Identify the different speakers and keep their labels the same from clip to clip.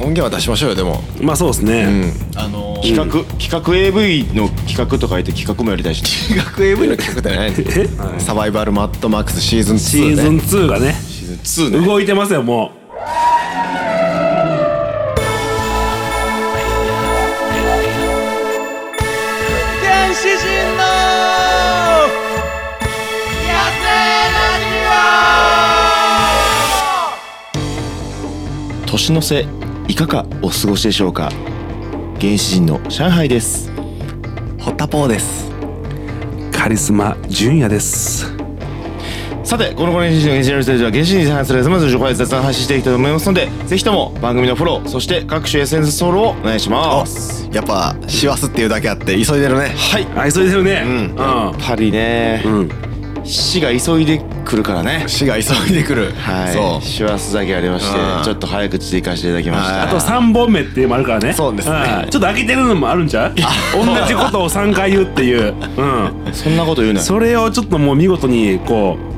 Speaker 1: 音源は出しましょうよでも
Speaker 2: まあそうですね、
Speaker 3: あの
Speaker 4: 企
Speaker 3: ー
Speaker 4: 画、企画 AV の企画と書いて企画もやりたいし
Speaker 1: 企画 AV の企画じゃないの、サバイバルマッドマックスシーズン2、ね、
Speaker 2: シーズン2がね
Speaker 4: シーズン2ね
Speaker 2: 動いてますよも
Speaker 5: 原始人の野生ラジオ
Speaker 4: 年の瀬いかがお過ごしでしょうか原始人の上海です
Speaker 1: ホッタポーです
Speaker 2: うカリスマ純也です
Speaker 4: さてこの原始人の原始人のステージは原始人に関するさまざまな情報や雑談を発信していきたいと思いますのでぜひとも番組のフォローそして各種 SNS フォローをお願いします
Speaker 1: やっぱ師走っていうだけあって急いでるね
Speaker 4: はいやっ
Speaker 2: 愛想出てるね
Speaker 1: うん
Speaker 4: ぱりね
Speaker 2: うん、うん、
Speaker 4: 死が急いでくるからね
Speaker 1: 死が急いでくる
Speaker 4: はい
Speaker 1: そう
Speaker 4: 師走だけありまして
Speaker 1: うん
Speaker 4: ちょっと早口で行かせていただきました
Speaker 1: はい
Speaker 2: あと3本目っていうのもあるからね
Speaker 1: そうですね
Speaker 2: んちょっと飽きてるのもあるんちゃう同じことを3回言うっていう、うん、
Speaker 4: そんなこと言うなよ
Speaker 2: それをちょっともう見事にこう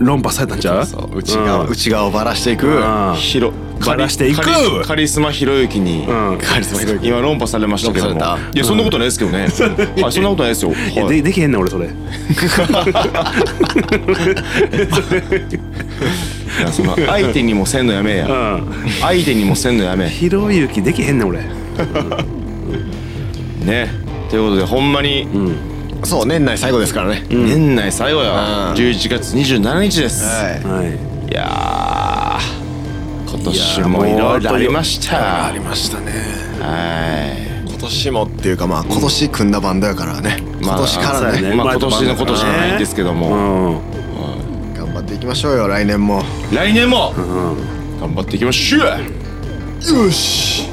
Speaker 2: 論破されたんちゃう
Speaker 1: そう内側、
Speaker 2: うん
Speaker 1: 内側をばらしていく、
Speaker 2: うん
Speaker 4: ひろ
Speaker 2: バラしていく
Speaker 4: カリスカリスマひろゆきに、
Speaker 2: うん
Speaker 1: カリスマひろゆき
Speaker 4: 今論破されましたけども
Speaker 1: 論破され
Speaker 4: いやそんなことないですけ どね、はいそんなことないですよ、
Speaker 2: いや
Speaker 4: はい
Speaker 2: でできへんねん俺それ
Speaker 4: いやそんな 相手にもせんのやめえ
Speaker 2: う
Speaker 4: や
Speaker 2: ん
Speaker 4: 相手にもせんのやめ
Speaker 2: ひろゆきできへんねん俺
Speaker 4: えねということでほんまに、
Speaker 1: そう年内最後ですからね、
Speaker 4: 年内最後
Speaker 1: う
Speaker 4: や、
Speaker 1: ん
Speaker 4: 11月27日です、
Speaker 1: はい
Speaker 2: はい
Speaker 4: い、やー今年
Speaker 2: い
Speaker 4: も
Speaker 2: やー
Speaker 4: い
Speaker 2: も
Speaker 4: ろ
Speaker 2: う
Speaker 4: いろありました
Speaker 1: あ
Speaker 4: は
Speaker 1: り
Speaker 4: い
Speaker 1: ましたね今年もっていうかまあ今年組んだバンドやからね、今年か
Speaker 2: そう
Speaker 1: ら
Speaker 2: や
Speaker 1: ね
Speaker 2: ね
Speaker 4: まあ今年のことじゃないですけど
Speaker 2: う
Speaker 4: も、
Speaker 2: ん
Speaker 1: 頑張っていきましょうよ来年も
Speaker 4: 来年も頑張っていきましょう
Speaker 1: よし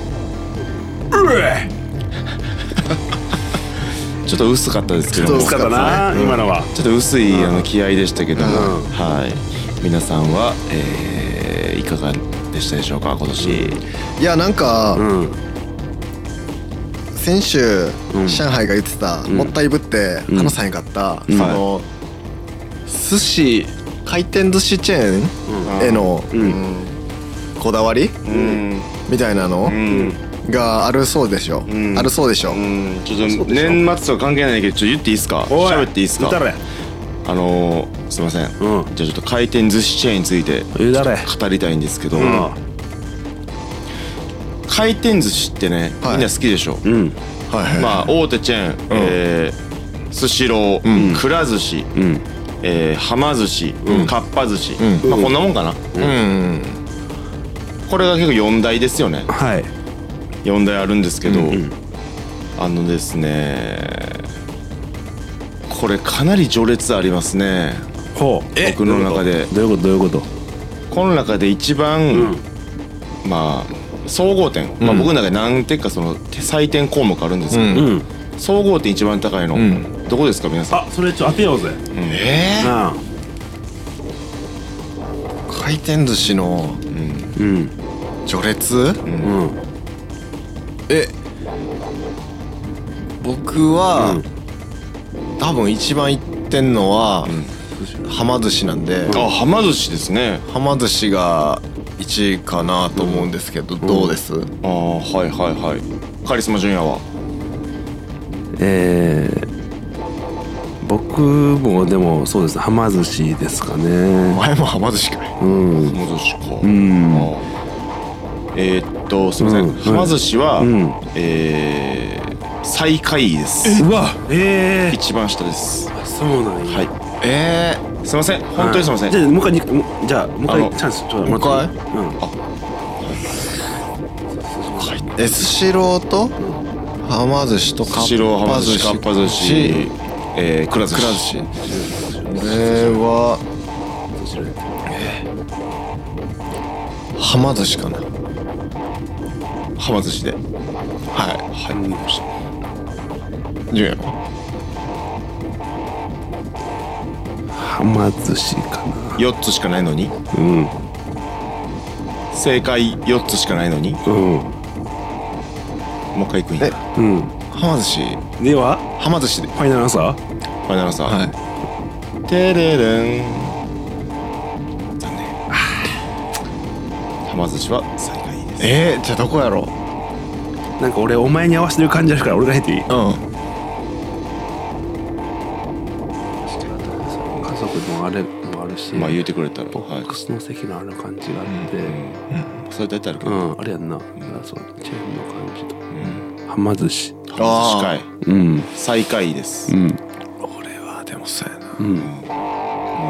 Speaker 4: ちょっと薄かったですけども
Speaker 1: ちょっと薄
Speaker 2: 疲れたな今のは
Speaker 4: ちょっと薄いあの気合でしたけども、はい皆さんは、えー、いかがでしたでしょうか今年
Speaker 1: いやなんか、
Speaker 2: うん
Speaker 1: 先週、上海が言ってた、もったいぶって話さへんかった、その、寿司回転寿司チェーンへの、うんこだわり、
Speaker 4: うん
Speaker 1: みたいなの、
Speaker 4: うん
Speaker 1: があるそうでしょ、
Speaker 4: ん
Speaker 1: あるそうでしょ、
Speaker 4: うんちょっと年末とは関係ないけどちょっと言っていいですか
Speaker 2: おい
Speaker 4: 喋っていいです
Speaker 2: 言った
Speaker 4: か
Speaker 2: れ
Speaker 4: あのー、すいません、
Speaker 2: うん
Speaker 4: じゃあちょっと回転寿司チェーンについて
Speaker 2: 言うだれ
Speaker 4: 語りたいんですけど、
Speaker 2: うん
Speaker 4: 回転寿司ってね、
Speaker 1: はい
Speaker 4: みんな好きでしょ、
Speaker 2: うん
Speaker 1: はいはい、
Speaker 4: まあ大手チェーン、えースシロー、くら寿司、
Speaker 2: うん
Speaker 4: えー、はま寿司、かっぱ寿司、
Speaker 1: う
Speaker 4: まあこんなもんかな、
Speaker 1: うん
Speaker 4: これが結構4大ですよね
Speaker 2: はい
Speaker 4: 4大あるんですけど、あのですねこれかなり序列ありますね
Speaker 2: ほう
Speaker 4: 僕の中で
Speaker 2: どういうことどういうこと
Speaker 4: この中で一番、まあ総合点、まあ僕の中で何点かその採点項目あるんですけど、
Speaker 2: うん
Speaker 4: 総合点一番高いの、
Speaker 1: ん
Speaker 4: どこですか皆さん
Speaker 2: あそれちょっと当てようぜ
Speaker 1: え
Speaker 2: なあ
Speaker 1: ー、回転寿司の
Speaker 2: うん
Speaker 1: 序列、
Speaker 2: うん
Speaker 1: え僕は、多分一番行ってんのは、はま寿司なんで、
Speaker 4: あはま寿司ですね
Speaker 1: はま寿司が1位かなと思うんですけど、どうです、
Speaker 4: ああはいはいはいカリスマ純也は
Speaker 2: えー僕もでもそうですねはま寿司ですかね
Speaker 1: 前も はま寿司かい
Speaker 2: うん
Speaker 4: はま寿司か
Speaker 2: ん
Speaker 4: あーえーっとすみません、
Speaker 2: うん
Speaker 4: はま寿司は、
Speaker 2: うん
Speaker 4: えー最下位です
Speaker 2: うわええ
Speaker 4: 一番下ですは
Speaker 2: そうなんや
Speaker 4: い
Speaker 1: え
Speaker 4: すみません本当にすみません、
Speaker 2: じゃあもう一回にもじゃあもう
Speaker 4: あ
Speaker 2: 一
Speaker 4: の
Speaker 2: 回チャンスちょっと
Speaker 1: もう一回
Speaker 2: 待ってうん
Speaker 1: ー、えスシローとはま寿司とかっぱ寿司
Speaker 4: 白はま寿司かっぱ寿司えーくら寿
Speaker 1: くら寿
Speaker 4: 司
Speaker 1: 司これはえーはま寿司かな
Speaker 4: はま寿司ではいはい純也は
Speaker 2: はま寿司かな
Speaker 4: 4つしかないのに
Speaker 2: うん
Speaker 4: 正解4つしかないのに
Speaker 2: うん
Speaker 4: もう一回いくんや
Speaker 1: え
Speaker 2: うん
Speaker 1: はま寿司
Speaker 2: では
Speaker 1: はま寿司で
Speaker 2: ファイナルアンサー
Speaker 4: ファイナルさん
Speaker 1: はい
Speaker 4: てれれん残念はま寿司は最下位ですえー、じゃあどこやろ
Speaker 2: なんか俺お前に合わせてる感じあるから俺が入っていい
Speaker 4: うん
Speaker 2: 家族のあれもあるし、
Speaker 4: まあ言うてくれたら
Speaker 2: ボック
Speaker 4: は
Speaker 2: スの席のある感じがあって、
Speaker 4: いそれ大体あるけ
Speaker 2: う
Speaker 4: ど
Speaker 2: ん、あれやんな、そうチェーンの感じと、はま寿司
Speaker 4: 近い
Speaker 2: うん
Speaker 4: 最下位です
Speaker 2: う
Speaker 4: もうん
Speaker 1: 俺はでもそうやな
Speaker 2: うん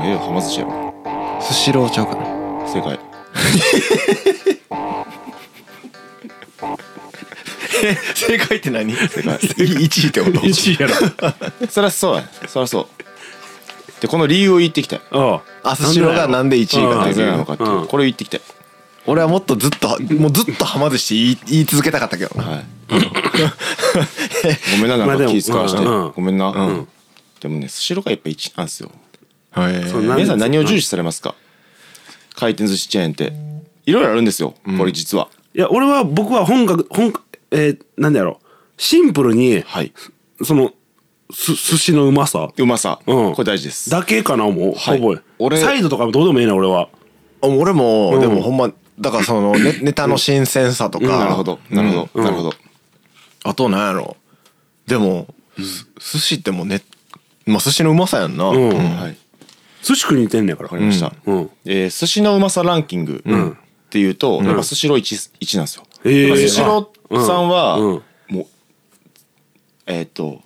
Speaker 4: ええよはま寿司やろ
Speaker 1: スシローちゃうかな
Speaker 4: 正解
Speaker 1: 正解って何正 解1位って こと
Speaker 2: 1位やろ
Speaker 4: そりゃそうやそりゃそうでこの理由を言っていきたい
Speaker 2: あ
Speaker 1: あスシローがなんで1位か
Speaker 4: な
Speaker 1: って
Speaker 4: ぜ
Speaker 1: い
Speaker 4: な
Speaker 1: う
Speaker 4: のかっていう
Speaker 2: うん
Speaker 4: これを言っていきたい
Speaker 1: 俺はもっとずっともうずっとはま寿司言い言い続けたかったけどな
Speaker 4: はいごめんななんか気使わして
Speaker 2: まあでもうん
Speaker 4: ごめんな
Speaker 2: うん
Speaker 4: でもねスシローがやっぱ1なんですよ
Speaker 1: はい
Speaker 2: そうなん
Speaker 4: 皆さん何を重視されますか回転寿司チェーンっていろいろあるんですよこれ実はい
Speaker 2: や俺は僕は本格本格えー、なんだやろシンプルに、
Speaker 4: はい
Speaker 2: そのす寿司のうまさ
Speaker 4: うまさ
Speaker 2: うん
Speaker 4: これ大事です
Speaker 2: だけかな思う、
Speaker 4: はい
Speaker 2: ほぼ
Speaker 4: 俺
Speaker 2: サイドとかどうでもええな俺は
Speaker 1: 俺も、
Speaker 2: うん
Speaker 1: でもほんまだからそ のネネタの新鮮さとか、
Speaker 4: なるほどなるほ
Speaker 2: う
Speaker 4: ど
Speaker 2: ん
Speaker 4: なるほど
Speaker 1: あとなんやろでも、す寿司ってもうねまあ寿司のうまさやんな、
Speaker 2: うん、
Speaker 4: はい
Speaker 2: 寿司食いに行ってんねんから
Speaker 4: わかりました
Speaker 2: うん
Speaker 4: えー寿司のうまさランキングっていうとやっぱスシロー1一なんですよ
Speaker 2: えー
Speaker 4: やっぱスシローさんは
Speaker 2: うんうん
Speaker 4: もうえっと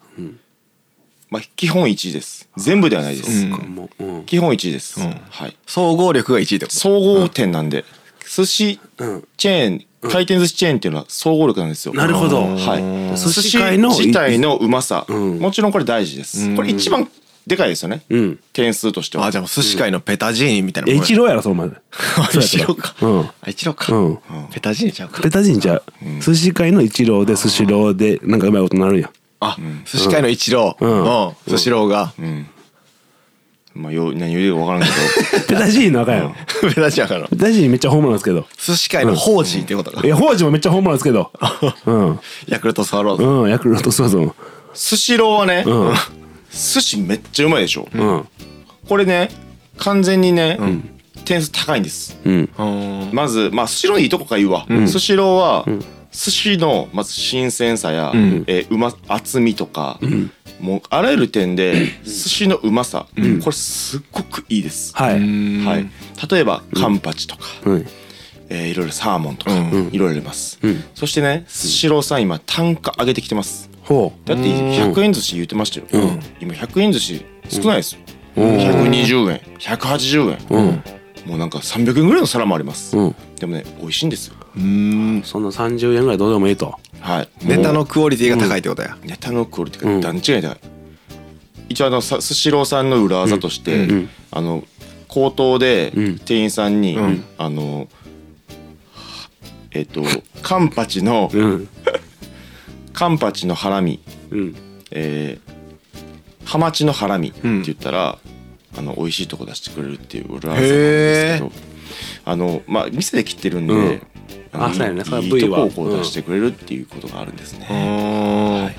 Speaker 4: まあ基本1位です全部ではないです
Speaker 2: かもううん
Speaker 4: 基本1位ですはい
Speaker 1: 総合力が1位ってこと
Speaker 4: 総合点なんで、寿司
Speaker 2: うん
Speaker 4: チェーン、回転寿司チェーンっていうのは総合力なんですよ
Speaker 2: なるほど
Speaker 4: はい、
Speaker 2: 寿司界の
Speaker 4: 寿司自体のうまさ、
Speaker 2: ん
Speaker 4: もちろんこれ大事です、これ一番でかいですよね、
Speaker 2: うん
Speaker 4: 点数としては
Speaker 1: あじゃあもう寿司界のペタジーニみたいなもんや
Speaker 2: 一郎やろその前で
Speaker 1: あ一郎か、
Speaker 2: うん
Speaker 1: あ一郎か、
Speaker 2: うん
Speaker 1: ペタジーニちゃうか
Speaker 2: ペタジンちゃう寿司界の一郎で寿司郎でなんかうまいことなるんや
Speaker 1: あ、寿司界の一郎
Speaker 2: うん
Speaker 1: うん寿司郎が、
Speaker 4: まあよ何言うか分からんけ
Speaker 2: ペタジンのあかんやろ
Speaker 1: ペタジーニやから
Speaker 2: ペタジンめっちゃホームランですけど
Speaker 1: 寿司界のホージーってことか、
Speaker 2: いやホージもめっちゃホームランですけどうん
Speaker 1: ヤクルトスワローズ、
Speaker 2: うんヤクルトスワローズも
Speaker 4: ど寿司ローはね、
Speaker 2: うん
Speaker 4: 寿司めっちゃうまいでしょ、
Speaker 2: うん
Speaker 4: これね完全にね、点数高いんです
Speaker 2: うん
Speaker 4: まずまあスシローのいいとこから言うわ、スシローは、寿司のまず新鮮さや、えーうま厚みとか、もうあらゆる点で寿司のうまさ、これすっごくいいです、
Speaker 2: はい
Speaker 4: はい、例えばカンパチとか、
Speaker 2: うん
Speaker 4: えーいろいろサーモンとか、いろいろあります、
Speaker 2: ん
Speaker 4: そしてねスシローさん今単価上げてきてます
Speaker 2: ほう
Speaker 4: だって100円寿司言ってましたよ、今100円寿司少ないですよ、120円180円、もうなんか300円ぐらいの皿もあります、
Speaker 2: うん
Speaker 4: でもね美味しいんですよ
Speaker 2: そんな30円ぐらいどうでもいいと
Speaker 4: はい
Speaker 1: ネタ
Speaker 4: も
Speaker 1: のクオリティが高いってことや、
Speaker 4: うネタのクオリティが段違いだ、一応あのさスシローさんの裏技として、あの口頭で
Speaker 2: うん
Speaker 4: 店員さんに、あのえっ、とカンパチの
Speaker 2: うん
Speaker 4: カンパチのハラミ
Speaker 2: うん
Speaker 4: えー、ハマチのハラミって言ったら、あの美味しいとこ出してくれるっていう裏技なんですけどあのまあ店で切ってるんで、
Speaker 2: うん
Speaker 4: の
Speaker 2: あそうやねその
Speaker 4: いい
Speaker 2: 部位
Speaker 4: と
Speaker 2: は
Speaker 4: こをこう出してくれるっていうことがあるんですね、は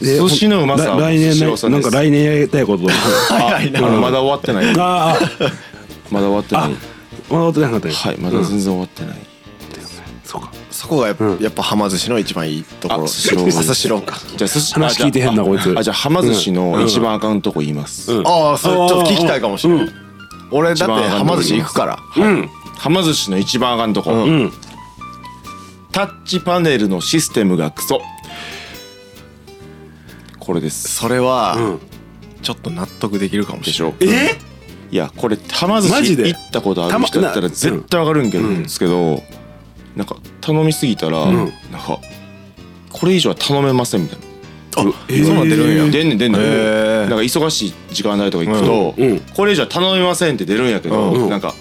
Speaker 4: い
Speaker 2: で
Speaker 4: 寿司のうまさ
Speaker 2: ら来
Speaker 4: 寿司
Speaker 2: 年
Speaker 4: のうまさ
Speaker 2: ね
Speaker 4: で
Speaker 2: な
Speaker 4: す
Speaker 2: んか来年やりたいこと
Speaker 4: ああのまだ終わってない
Speaker 2: ああ
Speaker 4: まだ終わってな
Speaker 2: ま
Speaker 4: い
Speaker 2: だ終わってなかったよ
Speaker 4: はいまだ全然終わってない、
Speaker 2: そうか
Speaker 1: そこがやっぱ,、
Speaker 2: うん
Speaker 1: やっぱはま寿司の一番いいところ
Speaker 4: あスシロー
Speaker 1: あ寿司郎か
Speaker 4: じゃあ寿司
Speaker 2: 話聞いてへんな
Speaker 4: あ
Speaker 2: こいつ
Speaker 4: あじゃあはま寿司の一番アカウントこ言います、
Speaker 2: うん
Speaker 1: ああそれちょっと聞きたいかもしれない、
Speaker 2: うん
Speaker 1: 俺だ
Speaker 4: 一
Speaker 1: って
Speaker 4: 番
Speaker 1: はま寿司行くから
Speaker 2: うん
Speaker 4: はま寿司の一番アカウントこ、
Speaker 2: うん
Speaker 4: タッチパネルのシステムがクソこれです
Speaker 1: それ
Speaker 2: う
Speaker 1: は
Speaker 2: ん
Speaker 1: ちょっと納得できるかも
Speaker 4: で
Speaker 1: し
Speaker 4: し
Speaker 1: れない
Speaker 4: ょいやこれはま寿
Speaker 2: マジ
Speaker 4: 司
Speaker 2: で
Speaker 4: 行ったことある人だった
Speaker 2: たまな
Speaker 4: ら絶対わかるんけど
Speaker 2: うん
Speaker 4: ですけどなんか頼みすぎたら
Speaker 2: ん
Speaker 4: なんかこれ以上は頼めませんみたいな
Speaker 2: え
Speaker 1: そうなってるんや
Speaker 4: 出んねん出んねん
Speaker 1: へー
Speaker 4: なんか忙しい時間帯とか行くと
Speaker 2: うんうん
Speaker 4: これ以上は頼めませんって出るんやけ
Speaker 2: う
Speaker 4: ど
Speaker 2: ん
Speaker 4: なんか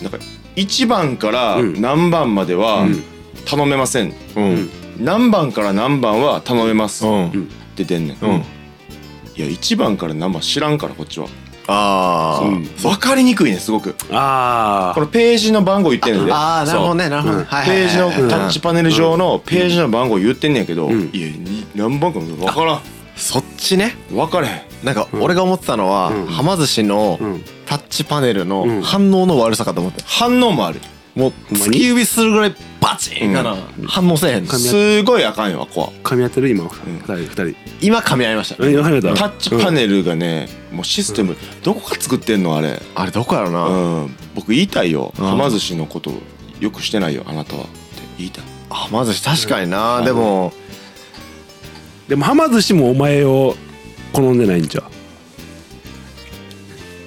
Speaker 4: なんか1番から
Speaker 2: うん
Speaker 4: 何番までは
Speaker 2: ん
Speaker 4: 頼めません
Speaker 1: うん
Speaker 4: 何番から何番は頼めます
Speaker 1: う
Speaker 4: っ
Speaker 1: ん
Speaker 4: て出んねん
Speaker 1: うん
Speaker 4: いや1番から何番知らんからこっちは
Speaker 1: ああ
Speaker 4: 分かりにくいねすごく
Speaker 2: あ
Speaker 4: このページの番号言ってんねんで
Speaker 1: ああなるほどねなるほどね、
Speaker 2: うん
Speaker 1: はいはい
Speaker 4: ページの
Speaker 1: はいはい
Speaker 4: タッチパネル上のページの番号言ってんねんけど、
Speaker 2: ん
Speaker 4: いやに何番か分から
Speaker 1: そっちね
Speaker 4: ん分からへん
Speaker 1: なんか俺が思ってたのは、
Speaker 2: うん
Speaker 1: はま寿司の
Speaker 2: ん
Speaker 1: タッチパネル
Speaker 2: う
Speaker 1: の
Speaker 2: ん
Speaker 1: 反応の悪さかと思って
Speaker 4: 反応もある
Speaker 1: もう
Speaker 2: んま
Speaker 1: 突
Speaker 2: に
Speaker 1: き指するぐらいバチンかな、反応せえへんの
Speaker 2: 噛み合っ
Speaker 4: すごいあかんよあっこは
Speaker 2: 噛み合ってる今二人二人
Speaker 1: 今噛み合いました
Speaker 2: え噛み合った
Speaker 4: タッチパネルがねもうシステムどこか作ってんのあれ
Speaker 1: あれどこやろな、
Speaker 4: うん僕言いたいよ
Speaker 1: うん
Speaker 4: はま寿司のことよくしてないよあなたはって言いたい
Speaker 1: あまず確かにな、でも
Speaker 2: でもはま寿司もお前を好んでないんじゃう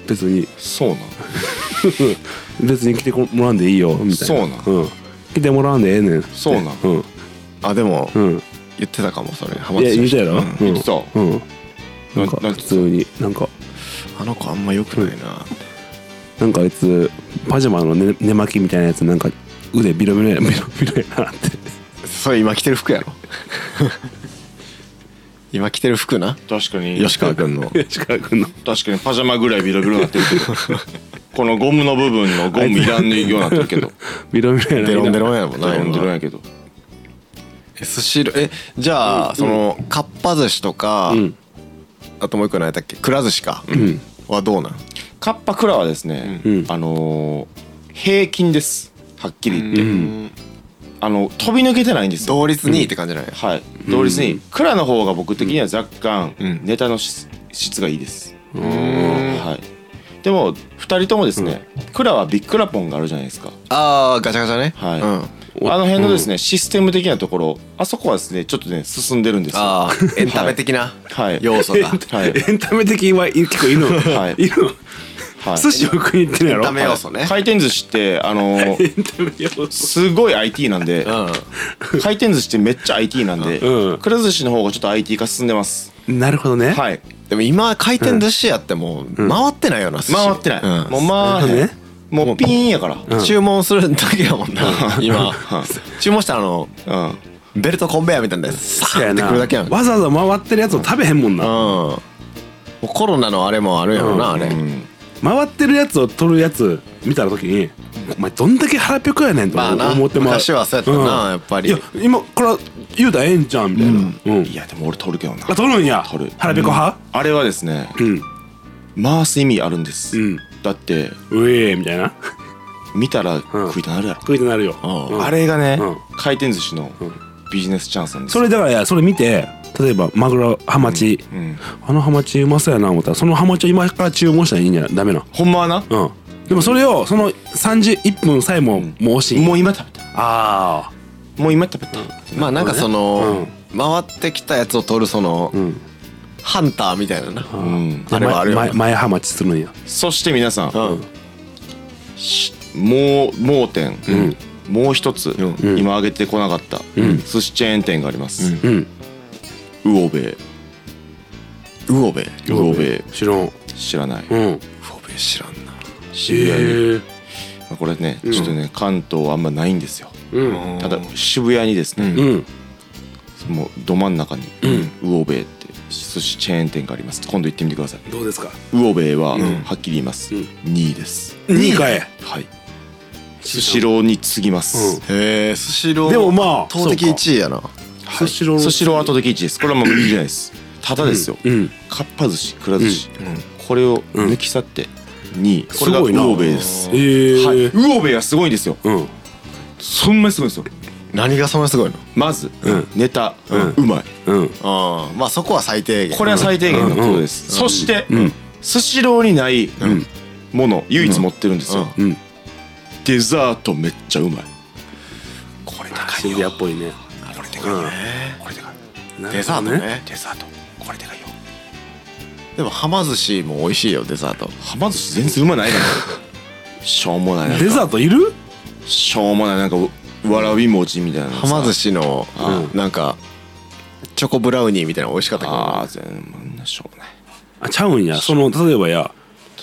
Speaker 2: 別に
Speaker 4: そうな
Speaker 2: 別に来てもらんでいいよみたいな
Speaker 4: そ
Speaker 2: うん、来てもらわんでええねん
Speaker 4: そうなん
Speaker 2: うん
Speaker 1: あでも
Speaker 2: うん
Speaker 1: 言ってたかもそれ浜
Speaker 2: いや
Speaker 1: 田
Speaker 2: 言うたやろ、
Speaker 1: う
Speaker 2: うんん、
Speaker 4: 言ってた
Speaker 2: うんなん
Speaker 4: なな
Speaker 2: か
Speaker 4: ん
Speaker 2: 普
Speaker 4: て
Speaker 2: 通になんか
Speaker 1: あの子あんま良くないな、
Speaker 2: なんかあいつパジャマの寝寝巻きみたいなやつなんか腕ビロビロやビロビロやなって
Speaker 1: それ今着てる服やろ今着てる服な
Speaker 4: 確かに
Speaker 1: 吉川君の
Speaker 2: 吉川君の
Speaker 4: 確かにパジャマぐらいビロビロになってるけど このゴムの部分のゴムいらんようになってるけ ど
Speaker 2: ビロビロやな
Speaker 1: デロンデロンやもんな
Speaker 4: 頼んでるん
Speaker 1: 今
Speaker 4: やけど
Speaker 1: えスシローえじゃあ、そのかっぱ寿司とか、
Speaker 2: うん
Speaker 1: あともう一個何やったっけくら寿司か、
Speaker 2: ん
Speaker 1: はどうなん
Speaker 4: カッパクラはですね、
Speaker 2: うん
Speaker 4: あのー平均ですはっきり言って、
Speaker 1: うん
Speaker 4: あの飛び抜けてないんですよ
Speaker 1: 同率に位って感じなんや、
Speaker 4: はい同率にクラの方が僕的には若干
Speaker 1: うん
Speaker 4: ネタの質質がいいですはいでも2人ともですねクラはビックラポンがあるじゃないですか
Speaker 1: ああガチャガチャね
Speaker 4: はい
Speaker 1: うん、
Speaker 4: あの辺のですねシステム的なところあそこはですねちょっとね進んでるんですよ
Speaker 1: ああエンタメ的な
Speaker 4: はい
Speaker 1: 要素
Speaker 2: エン
Speaker 1: が、
Speaker 2: タ
Speaker 4: はい
Speaker 2: エンタメ的は結構いいの、
Speaker 4: はい
Speaker 2: いの
Speaker 4: はい
Speaker 2: 寿司を食いに行ってるや
Speaker 1: エ
Speaker 2: ろ
Speaker 1: ンタメ要素ね
Speaker 4: 回転寿司ってあのー
Speaker 2: エンタメ要素
Speaker 4: すごい IT なんで回転寿司ってめっちゃ IT なんで
Speaker 2: うん
Speaker 4: くら寿司の方がちょっと IT 化進んでます
Speaker 2: なるほどね、
Speaker 4: はい
Speaker 1: うん、でも今回転寿司やってもう回ってないよな、寿司
Speaker 4: 回ってない
Speaker 1: うん
Speaker 4: もう回らへん
Speaker 2: なる
Speaker 4: もうピーンやから
Speaker 2: うん
Speaker 1: 注文するだけやもんな今注文したらあの
Speaker 4: うん
Speaker 1: ベルトコンベヤーみたいなやつ
Speaker 2: そ
Speaker 1: さ
Speaker 2: うや
Speaker 1: ーって
Speaker 2: な
Speaker 1: くるだけやんうん
Speaker 2: わざわざ回ってるやつを食べへんもんな、
Speaker 1: もうコロナのあれもあるやろなあれ
Speaker 4: うん
Speaker 2: 回ってるやつを取るやつ見た時にお前どんだけ腹ペコやねんと
Speaker 1: まあな
Speaker 2: 思ってまう
Speaker 1: 昔はそうやったなやっぱり
Speaker 2: いや今から言うたらええんじゃんみたいな、うん
Speaker 4: いやでも俺取るけどな
Speaker 2: あ取るんや
Speaker 4: 取る
Speaker 2: 腹ペコ派
Speaker 4: あれはですね
Speaker 2: うん
Speaker 4: 回す意味あるんです、
Speaker 2: うん
Speaker 4: だって
Speaker 2: うえーみたいな
Speaker 4: 見たら食いたなるやろ、
Speaker 2: 食いてなるよ
Speaker 1: う
Speaker 2: うん
Speaker 4: あれがね、
Speaker 2: うん
Speaker 4: 回転寿司の
Speaker 2: ん
Speaker 4: ビジネスチャンスなんです
Speaker 2: そ
Speaker 4: よ
Speaker 2: れだからそれ見て例えばマグロハマチ、
Speaker 4: うん、
Speaker 2: あのハマチうまそうやな思ったらそのハマチを今から注文したらいいんじゃないダメな
Speaker 4: ほんまはな、
Speaker 2: うんでもそれをその31分さえも
Speaker 4: ん
Speaker 2: もう惜しい
Speaker 4: もう今食べた
Speaker 2: ああ
Speaker 4: もう今食べた、
Speaker 1: まあなんかその回ってきたやつを取るその
Speaker 2: うん
Speaker 1: ハンターみたいなな
Speaker 4: うん、
Speaker 1: あれはあるよな
Speaker 2: 前前ハマチするんや
Speaker 4: そして皆さん、
Speaker 1: うん
Speaker 4: しもう盲点、
Speaker 2: ん
Speaker 4: もう一つ、
Speaker 1: うん
Speaker 4: 今挙げてこなかった、
Speaker 2: うん
Speaker 4: 寿司チェーン店があります、
Speaker 2: うん
Speaker 4: うおべ
Speaker 1: ウオベウ
Speaker 4: うおべ
Speaker 2: 知らん
Speaker 4: 知らない、
Speaker 2: うん
Speaker 1: オベ知らんな
Speaker 4: 知らない
Speaker 2: ー
Speaker 4: これねちょっとね、関東はあんまないんですよ
Speaker 2: うん
Speaker 4: ただ渋谷にですね、
Speaker 2: うん
Speaker 4: もうど真ん中に、ウオベイって寿司チェーン店があります今度行ってみてください
Speaker 2: どうですか
Speaker 4: ウオベイは、はっきり言います、
Speaker 2: うん
Speaker 4: 2位です
Speaker 2: 2位かい
Speaker 4: はいスシローに次ぎます、
Speaker 1: へえスシロー
Speaker 2: でもまあ
Speaker 1: 圧倒的
Speaker 2: そうか
Speaker 1: 1位やな
Speaker 2: スシロー
Speaker 4: スシローは後で1位ですこれはもう無理じゃないですただですよ、
Speaker 2: うん
Speaker 4: かっぱ寿司くら寿司、これを抜き去って2位これが
Speaker 2: すごいな
Speaker 4: ウオベイです
Speaker 2: え
Speaker 4: はい、
Speaker 2: ー
Speaker 4: ウオベイはすごいんですよ
Speaker 2: うん
Speaker 4: そんなにすごいんですよ
Speaker 1: 何がそんなすごいの
Speaker 4: まず、
Speaker 2: うん
Speaker 4: ネタ、うんまい
Speaker 2: うん
Speaker 1: あまあそこは最低限
Speaker 4: これは最低限のことです、そして
Speaker 2: うん
Speaker 4: スシローにない
Speaker 2: ん
Speaker 4: もの唯一持ってるんですよ、
Speaker 2: うん
Speaker 4: デザートめっちゃうまい
Speaker 1: これ
Speaker 2: 渋谷っぽいね
Speaker 1: これでかいね
Speaker 4: これでかい
Speaker 1: デザートね
Speaker 4: デザートこれでかいよ
Speaker 1: でもはま寿司も美味しいよデザート
Speaker 4: はま寿司全然うまないな しょうもないなんか
Speaker 2: デザートいる
Speaker 4: しょうもないなんかわらび餅みたいなのさ
Speaker 1: はま寿司の
Speaker 2: う
Speaker 1: なんかチョコブラウニーみたいなの美味しかったけど
Speaker 4: ああ全然あんなしょうもない
Speaker 2: あちゃうんやその例えばや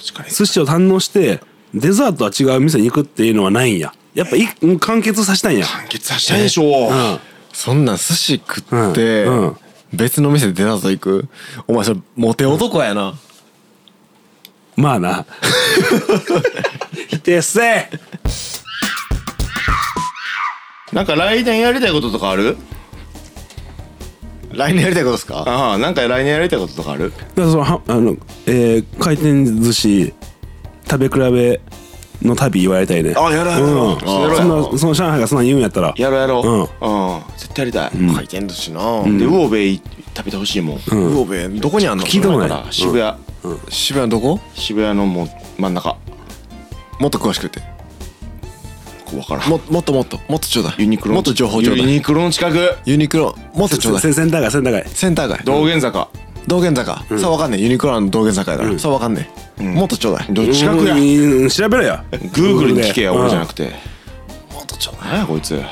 Speaker 4: 確かに
Speaker 2: 寿司を堪能してデザートは違う店に行くっていうのはないんややっぱいうん完結させたいんや
Speaker 4: 完結させたいでしょ、
Speaker 2: うん
Speaker 1: そんなん寿司食って
Speaker 2: うんうん
Speaker 1: 別の店でデザート行くお前それモテ男やな
Speaker 2: まあな否定せえ
Speaker 4: なんか来年やりたいこととかある
Speaker 1: 来年やりたいことですか
Speaker 4: ああなんか来年やりたいこととかある
Speaker 2: だからそのはあの、えー回転寿司食べ比べの旅言われたいね
Speaker 4: あやろう
Speaker 2: う
Speaker 4: やろ
Speaker 2: ん
Speaker 4: う
Speaker 2: そ
Speaker 4: やろうやろ
Speaker 2: んなその上海がそんなん言うんやったら
Speaker 4: うやろうやろううん絶対やりたい
Speaker 1: 回転寿司な、
Speaker 4: でウオベイ食べてほしいもん
Speaker 2: う
Speaker 4: だ
Speaker 2: ん
Speaker 1: 魚べどこにあんの
Speaker 2: 聞いたことない
Speaker 4: から渋谷
Speaker 1: 渋谷のどこ
Speaker 4: 渋谷のもう真ん中
Speaker 1: もっと詳しくて
Speaker 4: ここわからん
Speaker 1: ももっともっともっとちょうだい
Speaker 4: ユニクロ
Speaker 1: もっと情報ちょうだ
Speaker 4: ユ
Speaker 1: い
Speaker 4: ニクロの近く
Speaker 1: ユニクロもっとちょうだ
Speaker 2: セ
Speaker 1: い
Speaker 2: センター街センター街
Speaker 1: センター街
Speaker 4: 道玄坂
Speaker 1: 道玄坂、さあわかんねえユニクロの道玄坂やから、さあわかんねえ、もっとちょうだい
Speaker 4: ど近くや
Speaker 2: うん調べろや
Speaker 4: Google に聞けや
Speaker 2: うん
Speaker 4: 俺じゃなくて
Speaker 1: もっとちょうだい
Speaker 4: 何やこいつい
Speaker 1: は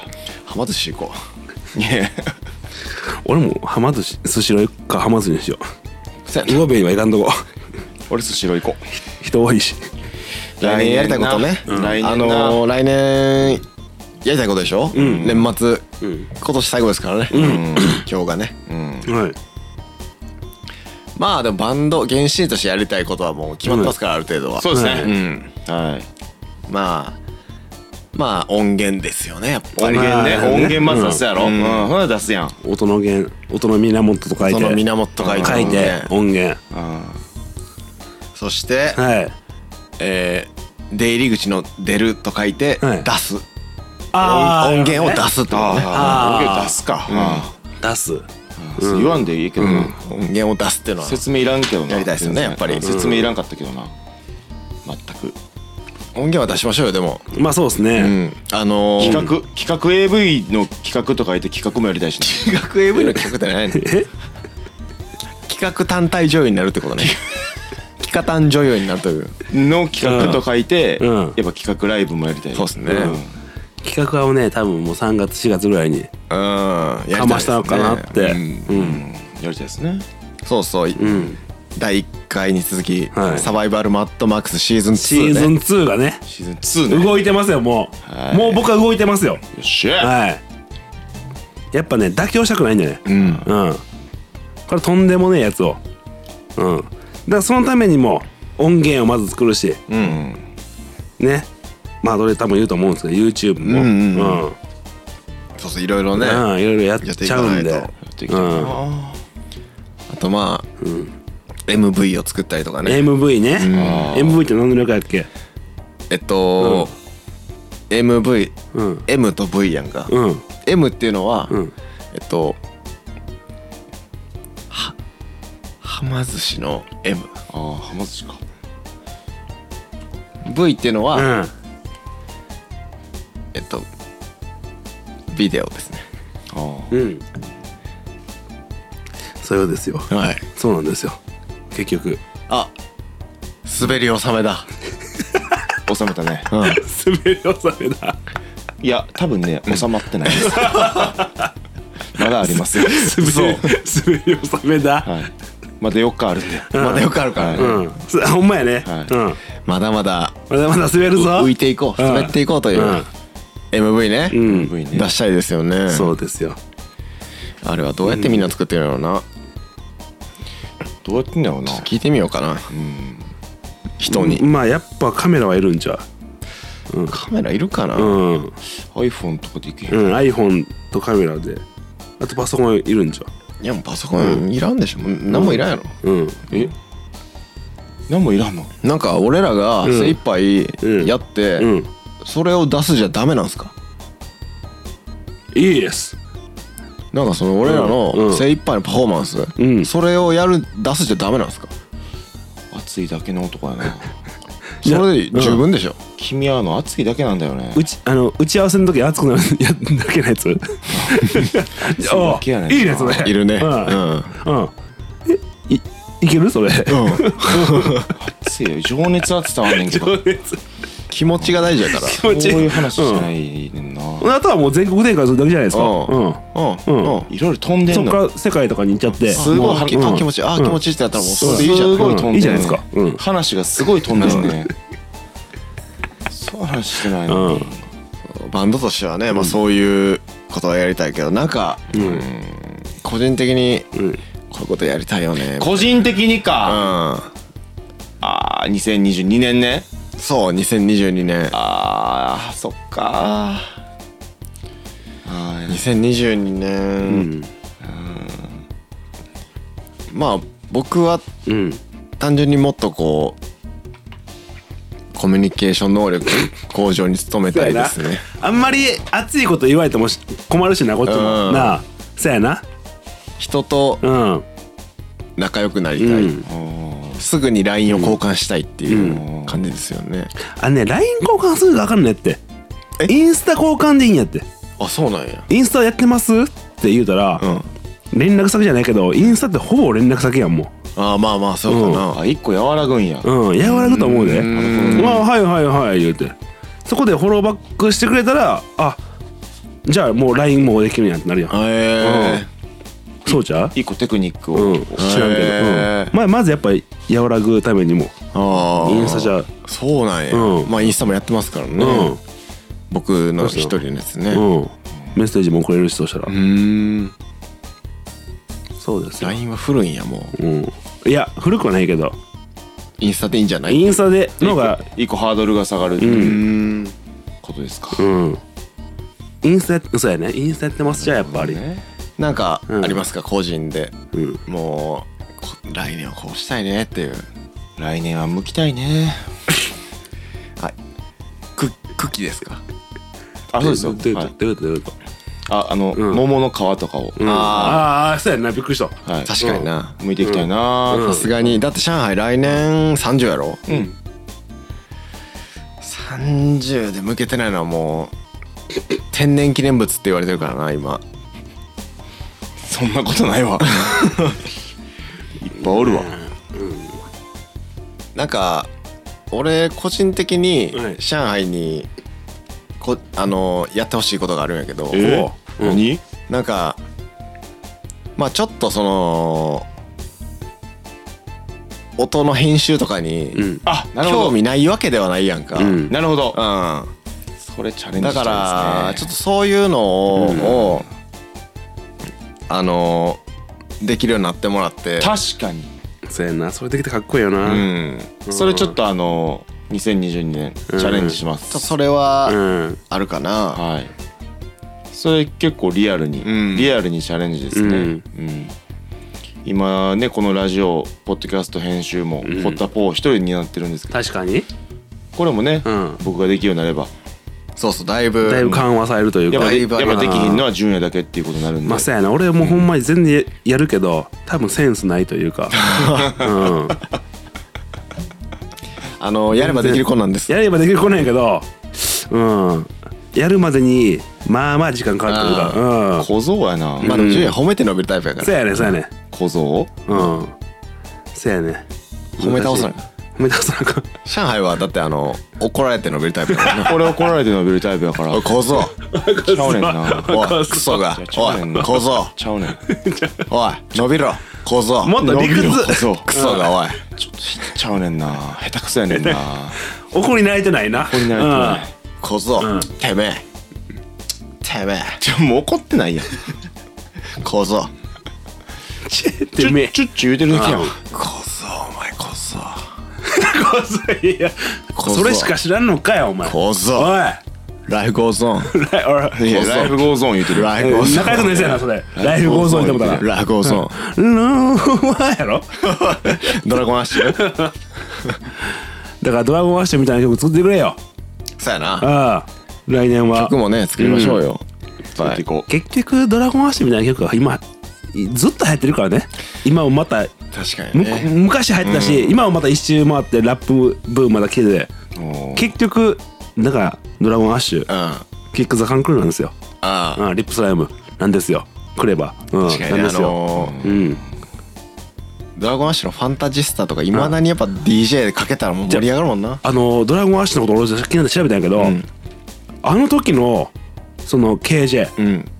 Speaker 1: ま寿司行こ
Speaker 4: や
Speaker 2: 俺もはま寿司スシローかはま寿司にしよ
Speaker 1: うせや
Speaker 2: う
Speaker 1: な
Speaker 2: 魚べいはいかんとこ
Speaker 4: 俺寿司ロ行こう
Speaker 2: 人多いし
Speaker 1: 来年やりたいことね、
Speaker 4: うん来年な
Speaker 1: あのー、来年やりたいことでしょ、年末、今年最後ですからね、今日がね
Speaker 2: はい
Speaker 1: まあでもバンド原始人としてやりたいことはもう決まってますから、ある程度は
Speaker 4: そうですね、
Speaker 1: うん
Speaker 4: はい
Speaker 1: まあまあ音源ですよねやっぱ
Speaker 4: 音
Speaker 1: り
Speaker 4: 源ね
Speaker 2: まあ
Speaker 4: 音源まず出すやろ、うんほな出すやん、
Speaker 2: 音の源音の源と書い
Speaker 1: そ
Speaker 2: て
Speaker 1: の源書いて
Speaker 2: 書いて音源
Speaker 1: そして、
Speaker 2: はい
Speaker 1: えー出入り口の「出る」と書いて「
Speaker 2: はい
Speaker 1: 出す」
Speaker 2: あー
Speaker 1: 音源を出すってことね
Speaker 4: あ
Speaker 2: あー
Speaker 4: あ音源出すか、
Speaker 2: 出す
Speaker 4: うん言わんでいいけどな、
Speaker 1: 音源を出すっていうのは
Speaker 4: 説明いらんけどな
Speaker 1: やりたいっすよねやっぱり
Speaker 4: 全然説明いらんかったけどな、全く
Speaker 1: 音源は出しましょうよでも、
Speaker 2: まあそうです
Speaker 1: う
Speaker 2: ね
Speaker 1: ん、あのー
Speaker 4: 企画企画 AV の企画と書いて企画もやりたいしね
Speaker 1: 企画 AV の企画ってないの企画単体女優になるって ことね企画単女優になるという
Speaker 4: の企画と書いて、
Speaker 2: うん
Speaker 4: やっぱ企画ライブもやりたい
Speaker 1: そうっすね
Speaker 4: ん
Speaker 2: 企画はね多分もう3月4月ぐらいに
Speaker 1: うんやりたいですね
Speaker 2: かましたのかなってうん
Speaker 4: やりたいですね
Speaker 1: そうそう、
Speaker 2: うん
Speaker 1: 第1回に続き、
Speaker 2: はい
Speaker 1: サバイバルマッドマックスシーズン2、ね、
Speaker 2: シーズン2がね
Speaker 4: シーズン2ねよ
Speaker 2: 動いてますよも
Speaker 4: は
Speaker 2: う
Speaker 4: い
Speaker 2: もう僕は動いてますよ
Speaker 4: っしゃ、
Speaker 2: はいやっぱね妥協したくないんだよね
Speaker 1: うん
Speaker 2: うんこれとんでもねえやつをうんだからそのためにも音源をまず作るし
Speaker 4: うん
Speaker 2: ねまあどれ多分言うと思うんですけど YouTube も
Speaker 1: うんうんうん
Speaker 2: うん
Speaker 1: そうそういろいろね、あ
Speaker 2: うんいろいろやっちゃうんで
Speaker 1: やっていかない
Speaker 4: やっていきたいな、
Speaker 2: うん
Speaker 1: とまあ、MV を作ったりとかね
Speaker 2: MV ね
Speaker 4: ん
Speaker 2: MV って何の略やっけ
Speaker 1: えっと、MVM
Speaker 2: うん
Speaker 1: と V やんか、
Speaker 2: うん
Speaker 1: M っていうのは、
Speaker 2: うん
Speaker 1: えっとははま寿司の MV
Speaker 4: ああ浜寿司か
Speaker 1: っていうのは、
Speaker 2: うん
Speaker 1: えっとビデオですね
Speaker 4: あー
Speaker 2: うんそういうことですよ
Speaker 1: はい
Speaker 2: そうなんですよ結局
Speaker 1: あ滑り納めだ
Speaker 4: 収めたね
Speaker 2: 滑り納めだ
Speaker 4: いや多分ね収まってないですまだありますよ
Speaker 2: 滑り滑り納 めだ
Speaker 4: はいまだ4日あるんで
Speaker 1: まだよくあるからね、
Speaker 2: うんそ ほんまやね
Speaker 4: はい
Speaker 2: うん
Speaker 1: まだまだ
Speaker 2: まだまだ滑るぞ
Speaker 1: 浮いていこう
Speaker 2: うん
Speaker 1: 滑っていこうという、
Speaker 2: うん
Speaker 1: MV ね、
Speaker 2: うん
Speaker 4: V ね
Speaker 1: 出したいですよね
Speaker 2: そうですよ
Speaker 1: あれはどうやってみんな作ってるのな、
Speaker 4: どうやってんだろうな
Speaker 1: 聞いてみようかな、人に、
Speaker 2: まあやっぱカメラはいるんちゃ
Speaker 1: カメラいるかな、
Speaker 2: ううんうん
Speaker 4: iPhone とかできへん
Speaker 2: iPhone とカメラであとパソコンいるんちゃ
Speaker 1: いやもうパソコンいらんでしょ、もう何もいらんやろ、
Speaker 2: ううん
Speaker 4: え何もいらんの
Speaker 1: なんか俺らが精一杯
Speaker 2: うん
Speaker 1: やって、
Speaker 2: うん
Speaker 1: それを出すじゃダメなんすか
Speaker 2: いいです
Speaker 1: なんかその俺ら
Speaker 2: うんう
Speaker 1: の
Speaker 2: ん
Speaker 1: 精一杯のパフォーマンス、
Speaker 2: うん
Speaker 1: それをやる出すじゃダメなんですか
Speaker 4: 暑いだけの男やな
Speaker 2: いや
Speaker 1: それで十分でしょ、
Speaker 4: 君はあの暑いだけなんだよね
Speaker 2: うちあの打ち合わせの時熱くなるやだけのや つ
Speaker 4: そうだけやねんない
Speaker 2: いねそれ
Speaker 1: いるね
Speaker 2: う
Speaker 1: うんん、
Speaker 2: うんえいいけるそれ
Speaker 4: 暑いよ情熱は伝わんねんけどこ
Speaker 1: 気持ちが大事 やから
Speaker 2: 気
Speaker 4: う
Speaker 2: 持ちいい
Speaker 4: いう話じゃないねんな
Speaker 2: あとはもう全国展開するだけじゃないですか
Speaker 1: うん
Speaker 2: うん
Speaker 1: うん
Speaker 2: うん
Speaker 1: うん
Speaker 4: いろいろ飛んで
Speaker 2: そ
Speaker 4: ん
Speaker 2: っ
Speaker 4: の
Speaker 2: から世界とかに行っちゃって
Speaker 1: すごいは
Speaker 2: うん
Speaker 1: 気あ気持ちいいあ気持ちいいってやったらもうそれ
Speaker 4: す
Speaker 1: でいいじゃん
Speaker 2: う
Speaker 4: ごい飛んでん
Speaker 2: うん
Speaker 4: ね
Speaker 2: いいじゃないですかうん
Speaker 4: 話がすごい飛んでんねそういう話してないのに
Speaker 1: バンドとしてはね、まあ、そういうことはやりたいけどなんか、うん個人的に
Speaker 2: うん
Speaker 1: こういうことやりたいよね
Speaker 4: 個人的に
Speaker 1: う
Speaker 4: か
Speaker 1: ん
Speaker 4: あー2022年ね
Speaker 1: そう2022年
Speaker 4: あーそっかあー
Speaker 1: 2022年、
Speaker 2: うん
Speaker 1: まあ僕は
Speaker 2: うん
Speaker 1: 単純にもっとこコミュニケーション能力向上に努めたいですね。
Speaker 2: あんまり熱いこと言われてもし困るしなこっち
Speaker 1: う
Speaker 2: も
Speaker 1: ん
Speaker 2: なあそやな
Speaker 1: 人と
Speaker 2: うん
Speaker 1: 仲良くなり
Speaker 2: う
Speaker 1: たい、
Speaker 2: ん
Speaker 1: すぐに LINE を交換したいっていううん感じですよね。
Speaker 2: あのね LINE 交換するのあかんねんって
Speaker 1: え
Speaker 2: インスタ交換でいいんやって
Speaker 1: あそうなんや。
Speaker 2: インスタやってますって言うたら、
Speaker 1: うん。
Speaker 2: 連絡先じゃないけどインスタってほぼ連絡先やんも
Speaker 1: あーまあまあそうかな。
Speaker 4: あ一個和らぐんや
Speaker 2: ううん和らぐと思うで
Speaker 1: うん
Speaker 2: まあはいはいはい言うてそこでフォローバックしてくれたらあじゃあもう LINE もできるんやってなるやん
Speaker 1: え
Speaker 2: そうちゃう
Speaker 4: 一個テクニック
Speaker 2: う
Speaker 4: を
Speaker 2: ん知らんけど、
Speaker 1: へー
Speaker 2: うん、まあまずやっぱり和らぐためにも
Speaker 1: ー、ああ
Speaker 2: インスタじゃ
Speaker 1: そうなんや、
Speaker 2: うん
Speaker 1: まあインスタもやってますからね、
Speaker 2: うん
Speaker 1: 僕の一人のやつね
Speaker 2: うんメッセージも送れるしとしたら、
Speaker 1: うーん
Speaker 2: そうですよ、
Speaker 1: LINE は古いんやもう
Speaker 2: うん、いや古くはないけど
Speaker 1: インスタでいいんじゃない
Speaker 2: インスタでのが
Speaker 4: 一個ハードルが下がるって
Speaker 1: うー
Speaker 4: いうんことですか
Speaker 2: うんインスタやっそうやねインスタやってますじゃあやっぱり、
Speaker 4: ね
Speaker 1: なんか
Speaker 2: うん
Speaker 1: ありますか、個人で
Speaker 2: うん、
Speaker 1: もうこ来年はこうしたいねっていう
Speaker 4: 来年は向きたいね
Speaker 1: くクッキーですか
Speaker 4: あそうですよ
Speaker 2: どういうこ
Speaker 4: は
Speaker 2: と
Speaker 4: い
Speaker 2: どういうことどういうこと
Speaker 4: ああの
Speaker 2: うん
Speaker 4: 桃の皮とかを
Speaker 2: うん
Speaker 1: あ
Speaker 2: あーそうやなびっくりした
Speaker 4: はい
Speaker 1: 確かにな
Speaker 4: 向いていきたいな
Speaker 2: う
Speaker 1: さ
Speaker 2: ん
Speaker 1: すがにだって上海来年30やろ
Speaker 4: うん
Speaker 1: 30で向けてないのはもう天然記念物って言われてるからな今
Speaker 4: そんなことない わいっぱいおるわ
Speaker 1: なんか俺個人的に
Speaker 2: はい
Speaker 1: 上海にこあのやってほしいことがあるんやけど、
Speaker 4: え
Speaker 2: うん
Speaker 4: 何
Speaker 1: なんかまあちょっとその音の編集とか
Speaker 2: う
Speaker 1: に
Speaker 2: ん
Speaker 4: あなるほ
Speaker 1: 興
Speaker 4: ど
Speaker 1: 味ないわけではないやんか、
Speaker 2: う
Speaker 1: うんん
Speaker 4: なるほどそれチャレ
Speaker 1: だ
Speaker 4: ンジしたいですね
Speaker 1: からちょっとそういうのを,を、あのできるようになってもらって
Speaker 4: 確かに
Speaker 2: そうやなそれできてかっこいいよな、
Speaker 1: うん、
Speaker 4: それちょっとあの2022年チャレンジしま
Speaker 1: ちょっと
Speaker 4: す
Speaker 1: それは
Speaker 2: うん
Speaker 1: あるかな、
Speaker 4: はいそれ結構リアルに
Speaker 1: うん
Speaker 4: リアルにチャレンジですねうん今ねこのラジオポッドキャスト編集も
Speaker 2: うん
Speaker 4: 堀田ポー一人になってるんですけど
Speaker 2: 確かに、
Speaker 4: これもね
Speaker 2: うん、
Speaker 4: 僕ができるようになれば
Speaker 1: そうそうだいぶ
Speaker 2: だいぶ緩和されるという
Speaker 4: やっ
Speaker 2: か
Speaker 1: だ
Speaker 4: ぱで
Speaker 1: い
Speaker 4: やっ
Speaker 1: ぶ
Speaker 4: ぱできひんのは純也だけっていうことになるんで
Speaker 2: まあそうやな俺もうほんまに全然やるけど多分センスないという か、うん、
Speaker 1: あのやればできる子なんです
Speaker 2: やればできる子なんやけどうんやるまでにまあまあ時間かかってるからうん
Speaker 4: 小僧やな
Speaker 1: まあでも10円褒めて伸びるタイプやか
Speaker 2: そう
Speaker 1: ら
Speaker 2: やねそうやね
Speaker 4: 小僧
Speaker 2: うんそうやね
Speaker 1: 褒め倒さない
Speaker 2: 褒め倒さなあかん
Speaker 1: 上海はだってあの怒られて伸びるタイプやからな
Speaker 4: これ怒られて伸びるタイプやから
Speaker 1: おい小僧
Speaker 4: ちゃうねんな
Speaker 1: おいクソがおい小僧
Speaker 4: ちゃうねん
Speaker 1: おい伸びろ小僧
Speaker 2: もっと理屈
Speaker 4: 伸びろ小僧
Speaker 1: クソがおい
Speaker 4: ちょっとちゃうねんな下手くそやねんな
Speaker 2: 怒り慣れてないな
Speaker 4: ここになるとね
Speaker 1: 小僧
Speaker 2: うん
Speaker 1: てめえてめえ
Speaker 4: じゃあもう怒ってないやん
Speaker 1: 小僧
Speaker 2: うんチェって
Speaker 4: ち
Speaker 2: め
Speaker 4: ょ
Speaker 2: え
Speaker 4: ちょっちゅう言うてるだけやん
Speaker 1: 小僧お前小僧
Speaker 2: こそいや
Speaker 1: こそ
Speaker 2: それしか知らんのかよお前
Speaker 1: 小
Speaker 2: おい
Speaker 1: 僧ライフゴーゾーン
Speaker 2: ライおい
Speaker 4: いや
Speaker 1: 小僧
Speaker 4: ライフゴーゾーン言うてる
Speaker 1: ライフゴーゾーン
Speaker 2: 仲良くなりそうやなそれライフゴーゾーンってことだ
Speaker 1: ライフゴーゾー
Speaker 2: うんやろ
Speaker 1: ンドラゴンアッシ ュ
Speaker 2: だからドラゴンワッシュみたいな曲作ってくれよ
Speaker 1: そうやな
Speaker 2: ああ来年は
Speaker 1: 僕もね作りましょうよ
Speaker 4: 作っていこ
Speaker 2: 結局ドラゴンアッシュみたいな曲が今いずっと流行ってるからね今もまた
Speaker 1: 確かに
Speaker 2: む、
Speaker 1: ね
Speaker 2: 昔流行ってたし、今もまた一周回ってラップブームまだ来てて
Speaker 4: うも
Speaker 2: 結局だからドラゴンアッシ
Speaker 1: う
Speaker 2: ュ
Speaker 1: んあ
Speaker 2: キック・ザ・カンクルーなんですよ、
Speaker 1: あ
Speaker 2: うん、リップスライムなんですよクレバー、うん、
Speaker 1: 確かにね
Speaker 2: なん
Speaker 1: あ
Speaker 2: ですよ、
Speaker 1: のー
Speaker 2: うん、
Speaker 1: ドラゴンアッシュのファンタジスタとかいまだにやっぱ DJ でかけたらもう盛り上がるもんな
Speaker 2: あのドラゴンアッシュのこと俺さっきなんで調べたんやけど、
Speaker 1: うん
Speaker 2: あの時のその KJ
Speaker 1: うん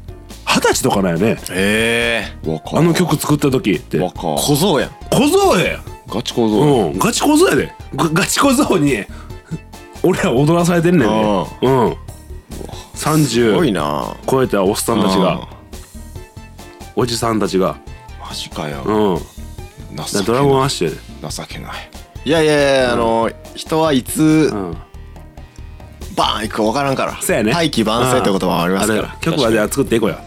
Speaker 2: 二十歳とかだよね
Speaker 1: ええ
Speaker 4: う若
Speaker 2: あの曲作った時って
Speaker 4: 若
Speaker 1: 小僧やん
Speaker 2: 小僧やよ
Speaker 4: ガチ小僧
Speaker 2: うん、ガチ小僧やでガガチ小僧に 俺ら踊らされてんねんねうん
Speaker 1: すごい
Speaker 2: 30
Speaker 1: な
Speaker 2: 超えたおっさんたちがおじさんたちが
Speaker 4: マジかよ
Speaker 2: うん
Speaker 4: 情け
Speaker 2: ドラゴンア
Speaker 4: な
Speaker 2: ッシュやで
Speaker 4: い情けない
Speaker 1: いやいやいやあの人はいつ
Speaker 2: うん
Speaker 1: バーン行くか分からんから
Speaker 2: そうやね
Speaker 1: 大器晩成って言葉もありますか
Speaker 2: あ
Speaker 1: ら
Speaker 2: れ曲はじゃあ作っていこうや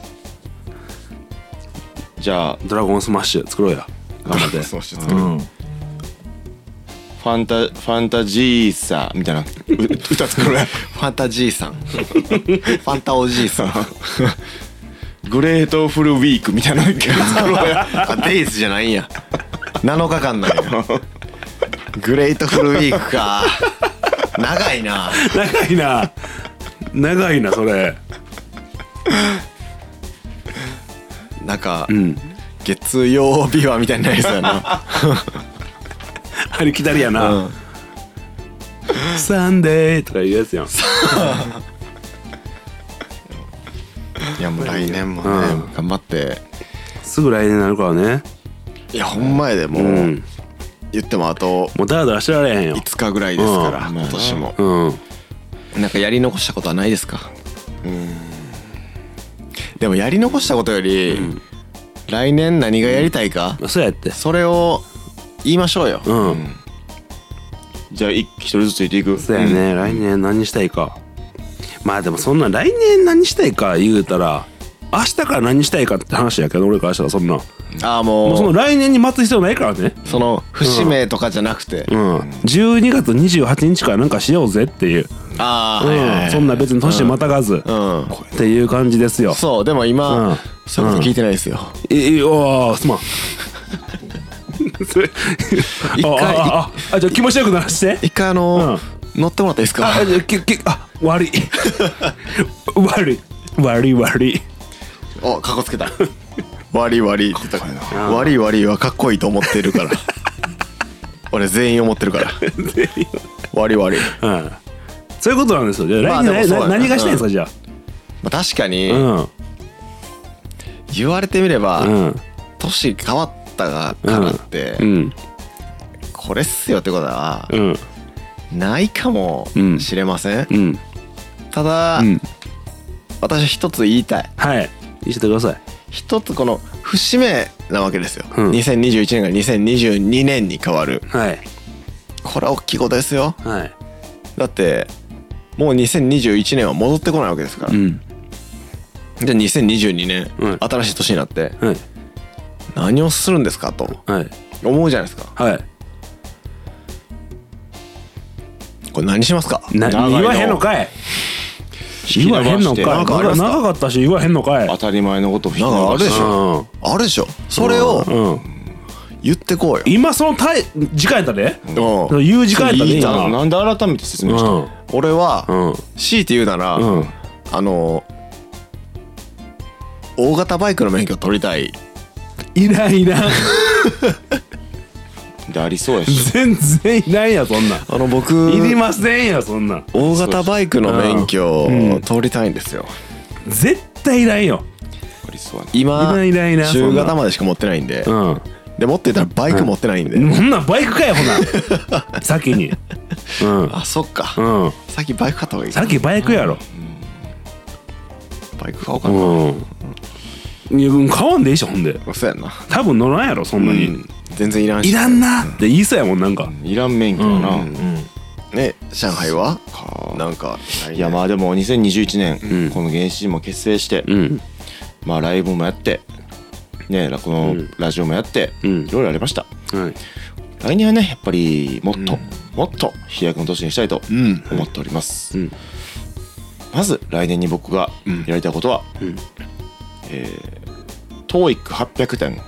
Speaker 4: じゃあ
Speaker 2: ドラゴンスマッシュ作ろうや頑張って
Speaker 1: そうしよう
Speaker 2: うん
Speaker 4: ファンタファンタジーサみたいなう歌作る ね
Speaker 1: ファンタジーさんファンタおじいさん
Speaker 4: グレートフルウィークみたいなの作ろうや
Speaker 1: あデイズじゃないんや7日間なんやグレートフルウィークか長いな
Speaker 2: 長いな長いなそれ
Speaker 1: なんか、
Speaker 2: うん
Speaker 1: 月曜日はみたいになりそうや な
Speaker 2: ありきたりやな、
Speaker 1: うん
Speaker 2: サンデーとかいうやつやん
Speaker 1: いやもう来年もね、
Speaker 2: う
Speaker 1: 頑張って
Speaker 2: すぐ来年になるからね
Speaker 1: いやほんまやでもう、
Speaker 2: うん
Speaker 1: 言ってもあと
Speaker 2: もうダラダラしてられへんよ
Speaker 1: 5日ぐらいですから、
Speaker 4: うん
Speaker 1: 今年も、
Speaker 2: うん
Speaker 1: なんかやり残したことはないですかでもやり残したことより、来年何がやりたいか、
Speaker 2: そうやって
Speaker 1: それを言いましょうよ、
Speaker 2: うん、
Speaker 4: じゃあ一一人ずついていく
Speaker 2: そうやね、来年何したいかまあでもそんな来年何したいか言うたら明日から何したいかって話やけど俺からしたらそんなも
Speaker 1: ああも
Speaker 2: う
Speaker 1: う
Speaker 2: その来年に待つ必要ないからね
Speaker 1: その節目とかじゃなくて、
Speaker 2: うん12月28日からなんかしようぜっていう、
Speaker 1: ああ、
Speaker 2: うん
Speaker 1: はいはいはい
Speaker 2: そんな別に年またがず、
Speaker 1: うん
Speaker 2: っていう感じですよ
Speaker 1: そうでも今、
Speaker 2: うん
Speaker 1: そういうこと聞いてないですよ、
Speaker 2: ええおーすま んそれ
Speaker 1: 一回
Speaker 2: あああああじゃあ気持ちよくならして
Speaker 1: 一回あの、乗ってもらっていいですか
Speaker 2: あじゃあききあ悪 い悪い悪い悪い
Speaker 1: おかっこつけた悪い悪いって言った
Speaker 4: かっ
Speaker 1: から悪い悪いはかっこいいと思ってる から俺全員思ってる から悪い悪い、ま
Speaker 2: うんそういうことなんですよ。じゃ
Speaker 1: ま
Speaker 2: あ
Speaker 1: あ
Speaker 2: 来年
Speaker 1: でもそうや
Speaker 2: な
Speaker 1: な
Speaker 2: 何がしたいんですか、じゃ
Speaker 1: あ、確かに、
Speaker 2: あ。うん。
Speaker 1: 言われてみれば、
Speaker 2: うん。
Speaker 1: 年変わったからって、
Speaker 2: うん。
Speaker 1: これっすよってことは
Speaker 2: うん。
Speaker 1: ないかもしれません、
Speaker 2: うん。
Speaker 1: ただ、
Speaker 2: うん
Speaker 1: 私は一つ言いたい
Speaker 2: はい。見せてください。
Speaker 1: 一つこの節目なわけですよ、
Speaker 2: うん
Speaker 1: 2021年から2022年に変わる
Speaker 2: はい。
Speaker 1: これは大きいことですよ
Speaker 2: はい。
Speaker 1: だってもう2021年は戻ってこないわけですから、
Speaker 2: うん。
Speaker 1: じゃあ2022年、
Speaker 2: うん
Speaker 1: 新しい年になって
Speaker 2: はい。
Speaker 1: 何をするんですかと
Speaker 2: はい。
Speaker 1: 思うじゃないですか
Speaker 2: はい。
Speaker 1: これ何しますか
Speaker 2: な
Speaker 4: 長いの
Speaker 2: 言わへんのかい。言わへんのかい。
Speaker 1: なんかあり
Speaker 2: 長
Speaker 1: ますか
Speaker 2: 長かったし言わへんのかい。
Speaker 4: 当たり前のことを引き
Speaker 1: なんかあるでし
Speaker 2: う
Speaker 1: ょ
Speaker 2: ん。
Speaker 1: あれでしょそれを
Speaker 2: うん。
Speaker 1: 言ってこうよ、
Speaker 2: 今そのタイ時間やったで。
Speaker 1: うん
Speaker 2: 言う時間やったで
Speaker 1: いい
Speaker 2: 今。
Speaker 4: な
Speaker 2: うん
Speaker 4: なんで改めて説明した
Speaker 2: ん。
Speaker 1: 俺は、
Speaker 2: うん。
Speaker 1: 強いて言うなら、
Speaker 2: うん。
Speaker 1: あの大型バイクの免許取りたい
Speaker 2: いないいない。
Speaker 4: でありそうやし
Speaker 2: 全然いないやそんなん。
Speaker 1: あの僕
Speaker 2: いりませんやそんなん。
Speaker 1: 大型バイクの免許を取りたいんですよ、
Speaker 2: 絶対いないよ。
Speaker 4: ありそうや
Speaker 1: 今
Speaker 2: いないいないいないそんな
Speaker 1: 中型までしか持ってないんで、
Speaker 2: うん。
Speaker 1: で持ってたらバイク持ってないんで、
Speaker 2: ほんなんバイクかよほ な先にう
Speaker 1: あそっか、
Speaker 2: んうん
Speaker 1: さっきバイク買った方がいいか
Speaker 2: さっきバイクやろ
Speaker 1: バイク買おうか
Speaker 2: う
Speaker 1: な、
Speaker 2: んいやうん買わんでいいしほんで
Speaker 1: そうやんな、
Speaker 2: 多分乗らんやろそんなに
Speaker 1: 全然いらんし
Speaker 2: いらんなって言いそうやもんなんか
Speaker 4: いらん免許やな、
Speaker 2: う
Speaker 1: ね上海は
Speaker 4: か
Speaker 1: なんかないね
Speaker 4: いやまあでも2021年、
Speaker 2: うん
Speaker 4: この原始人も結成して、
Speaker 2: うん
Speaker 4: まあライブもやってねこの
Speaker 2: ん
Speaker 4: ラジオもやって、
Speaker 2: うん
Speaker 4: いろいろありました
Speaker 2: はい
Speaker 4: 来年はねやっぱりもっと、もっと飛躍の年にしたいと
Speaker 1: うん
Speaker 4: 思っております、
Speaker 2: うん
Speaker 4: まず来年に僕が
Speaker 1: うん
Speaker 4: やりたいことは、
Speaker 2: うん
Speaker 4: えー、TOEIC800 点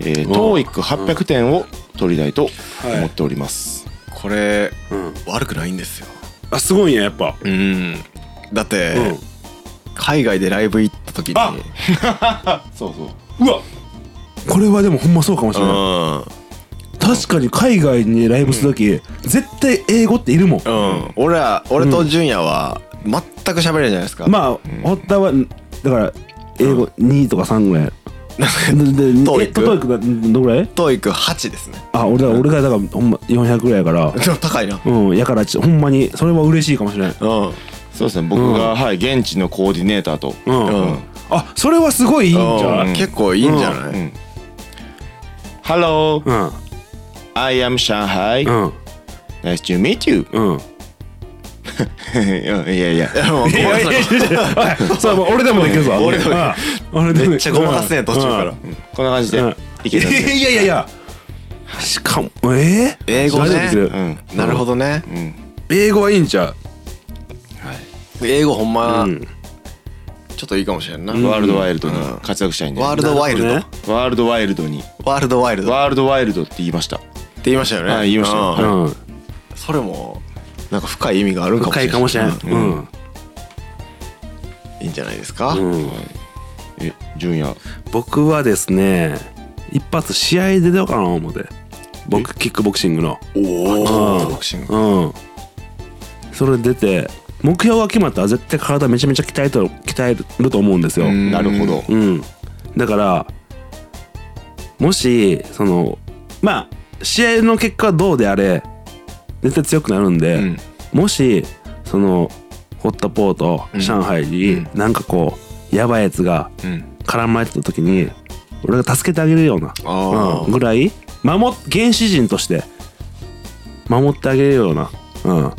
Speaker 4: えー、
Speaker 2: おう
Speaker 4: TOEIC800 点を取りたいと思っております、
Speaker 1: これ
Speaker 2: うん
Speaker 1: 悪くないんですよ
Speaker 2: あすごいんややっぱ
Speaker 1: うんだって、
Speaker 2: うん
Speaker 1: 海外でライブ行った時に
Speaker 2: あ
Speaker 4: そうそう
Speaker 2: うわこれはでもほんまそうかもしれない確かに海外にライブするとき絶対英語っているもん
Speaker 1: うん、うん、俺ら俺と純也は全く喋れるじゃないですか、
Speaker 2: まあ堀田はだから英語2とか3ぐらいでで
Speaker 1: TOEIC
Speaker 2: えトトイックがどぐらい
Speaker 1: トイック8ですね
Speaker 2: あ俺だ俺がだからほんま400ぐらいやから
Speaker 1: でも高いな
Speaker 2: うんやからちょほんまにそれは嬉しいかもしれない
Speaker 1: うん
Speaker 4: そうですね僕が、はい現地のコーディネーターと、
Speaker 2: うん、
Speaker 1: うん
Speaker 2: あそれはすごいいいんじゃ
Speaker 1: う
Speaker 2: なんい
Speaker 1: 結構いいんじゃない、
Speaker 4: うん、Hello
Speaker 2: うん
Speaker 4: I am Shanghai、
Speaker 2: うん
Speaker 4: Nice to meet you
Speaker 2: うん
Speaker 4: いやいやいや
Speaker 1: いやもうごめんなさい
Speaker 2: おいそうもう俺でもできるぞ
Speaker 1: 俺でも
Speaker 2: うん俺でも
Speaker 1: めっちゃごまかすね
Speaker 2: うん
Speaker 1: 途中から
Speaker 2: うん
Speaker 4: こんな感じで、
Speaker 2: うん
Speaker 4: いけたんで
Speaker 2: いやいやいやしかもえー、
Speaker 1: 英語ね
Speaker 2: 初めて聞いた
Speaker 4: うん
Speaker 1: なるほどね
Speaker 4: うん
Speaker 2: 英語はいいんちゃう
Speaker 1: 英語ほんま
Speaker 2: うん
Speaker 1: ちょっといいかもしれんな
Speaker 4: ワールドワイルドに活躍したいんで
Speaker 1: ワー
Speaker 4: ワ
Speaker 1: ルドワイル
Speaker 2: なる
Speaker 1: ド
Speaker 2: ほ
Speaker 4: ールドワイルドに
Speaker 1: ワールドワイルドっ
Speaker 4: ワールドワイルドって言いました
Speaker 1: て言いましたよね
Speaker 4: はい言いました
Speaker 1: うん
Speaker 4: は
Speaker 2: どね
Speaker 1: それもなんか深い意味がある
Speaker 2: うん
Speaker 1: かもし
Speaker 2: 深
Speaker 1: れ
Speaker 2: い
Speaker 1: な
Speaker 2: かもしれんうん
Speaker 1: いいんじゃないですか
Speaker 2: うん
Speaker 4: え純也
Speaker 2: 僕はですね一発試合で出ようかな思って僕キックボクシングの
Speaker 1: お
Speaker 2: うん
Speaker 1: ボクシング
Speaker 2: うんそれ出て目標が決まったら絶対体めちゃめちゃ鍛えと鍛えると思うんですよ
Speaker 1: うん
Speaker 4: なるほど
Speaker 2: うん、だからもしそのまあ試合の結果はどうであれ絶対強くなるんで、
Speaker 4: うん
Speaker 2: もしそのホッタポーと
Speaker 1: ん
Speaker 2: 上海になんかこうやばいやつが
Speaker 1: うん
Speaker 2: 絡まれてた時に俺が助けてあげるような、
Speaker 1: あ
Speaker 2: うん、ぐらい守っ原始人として守ってあげるような、うん、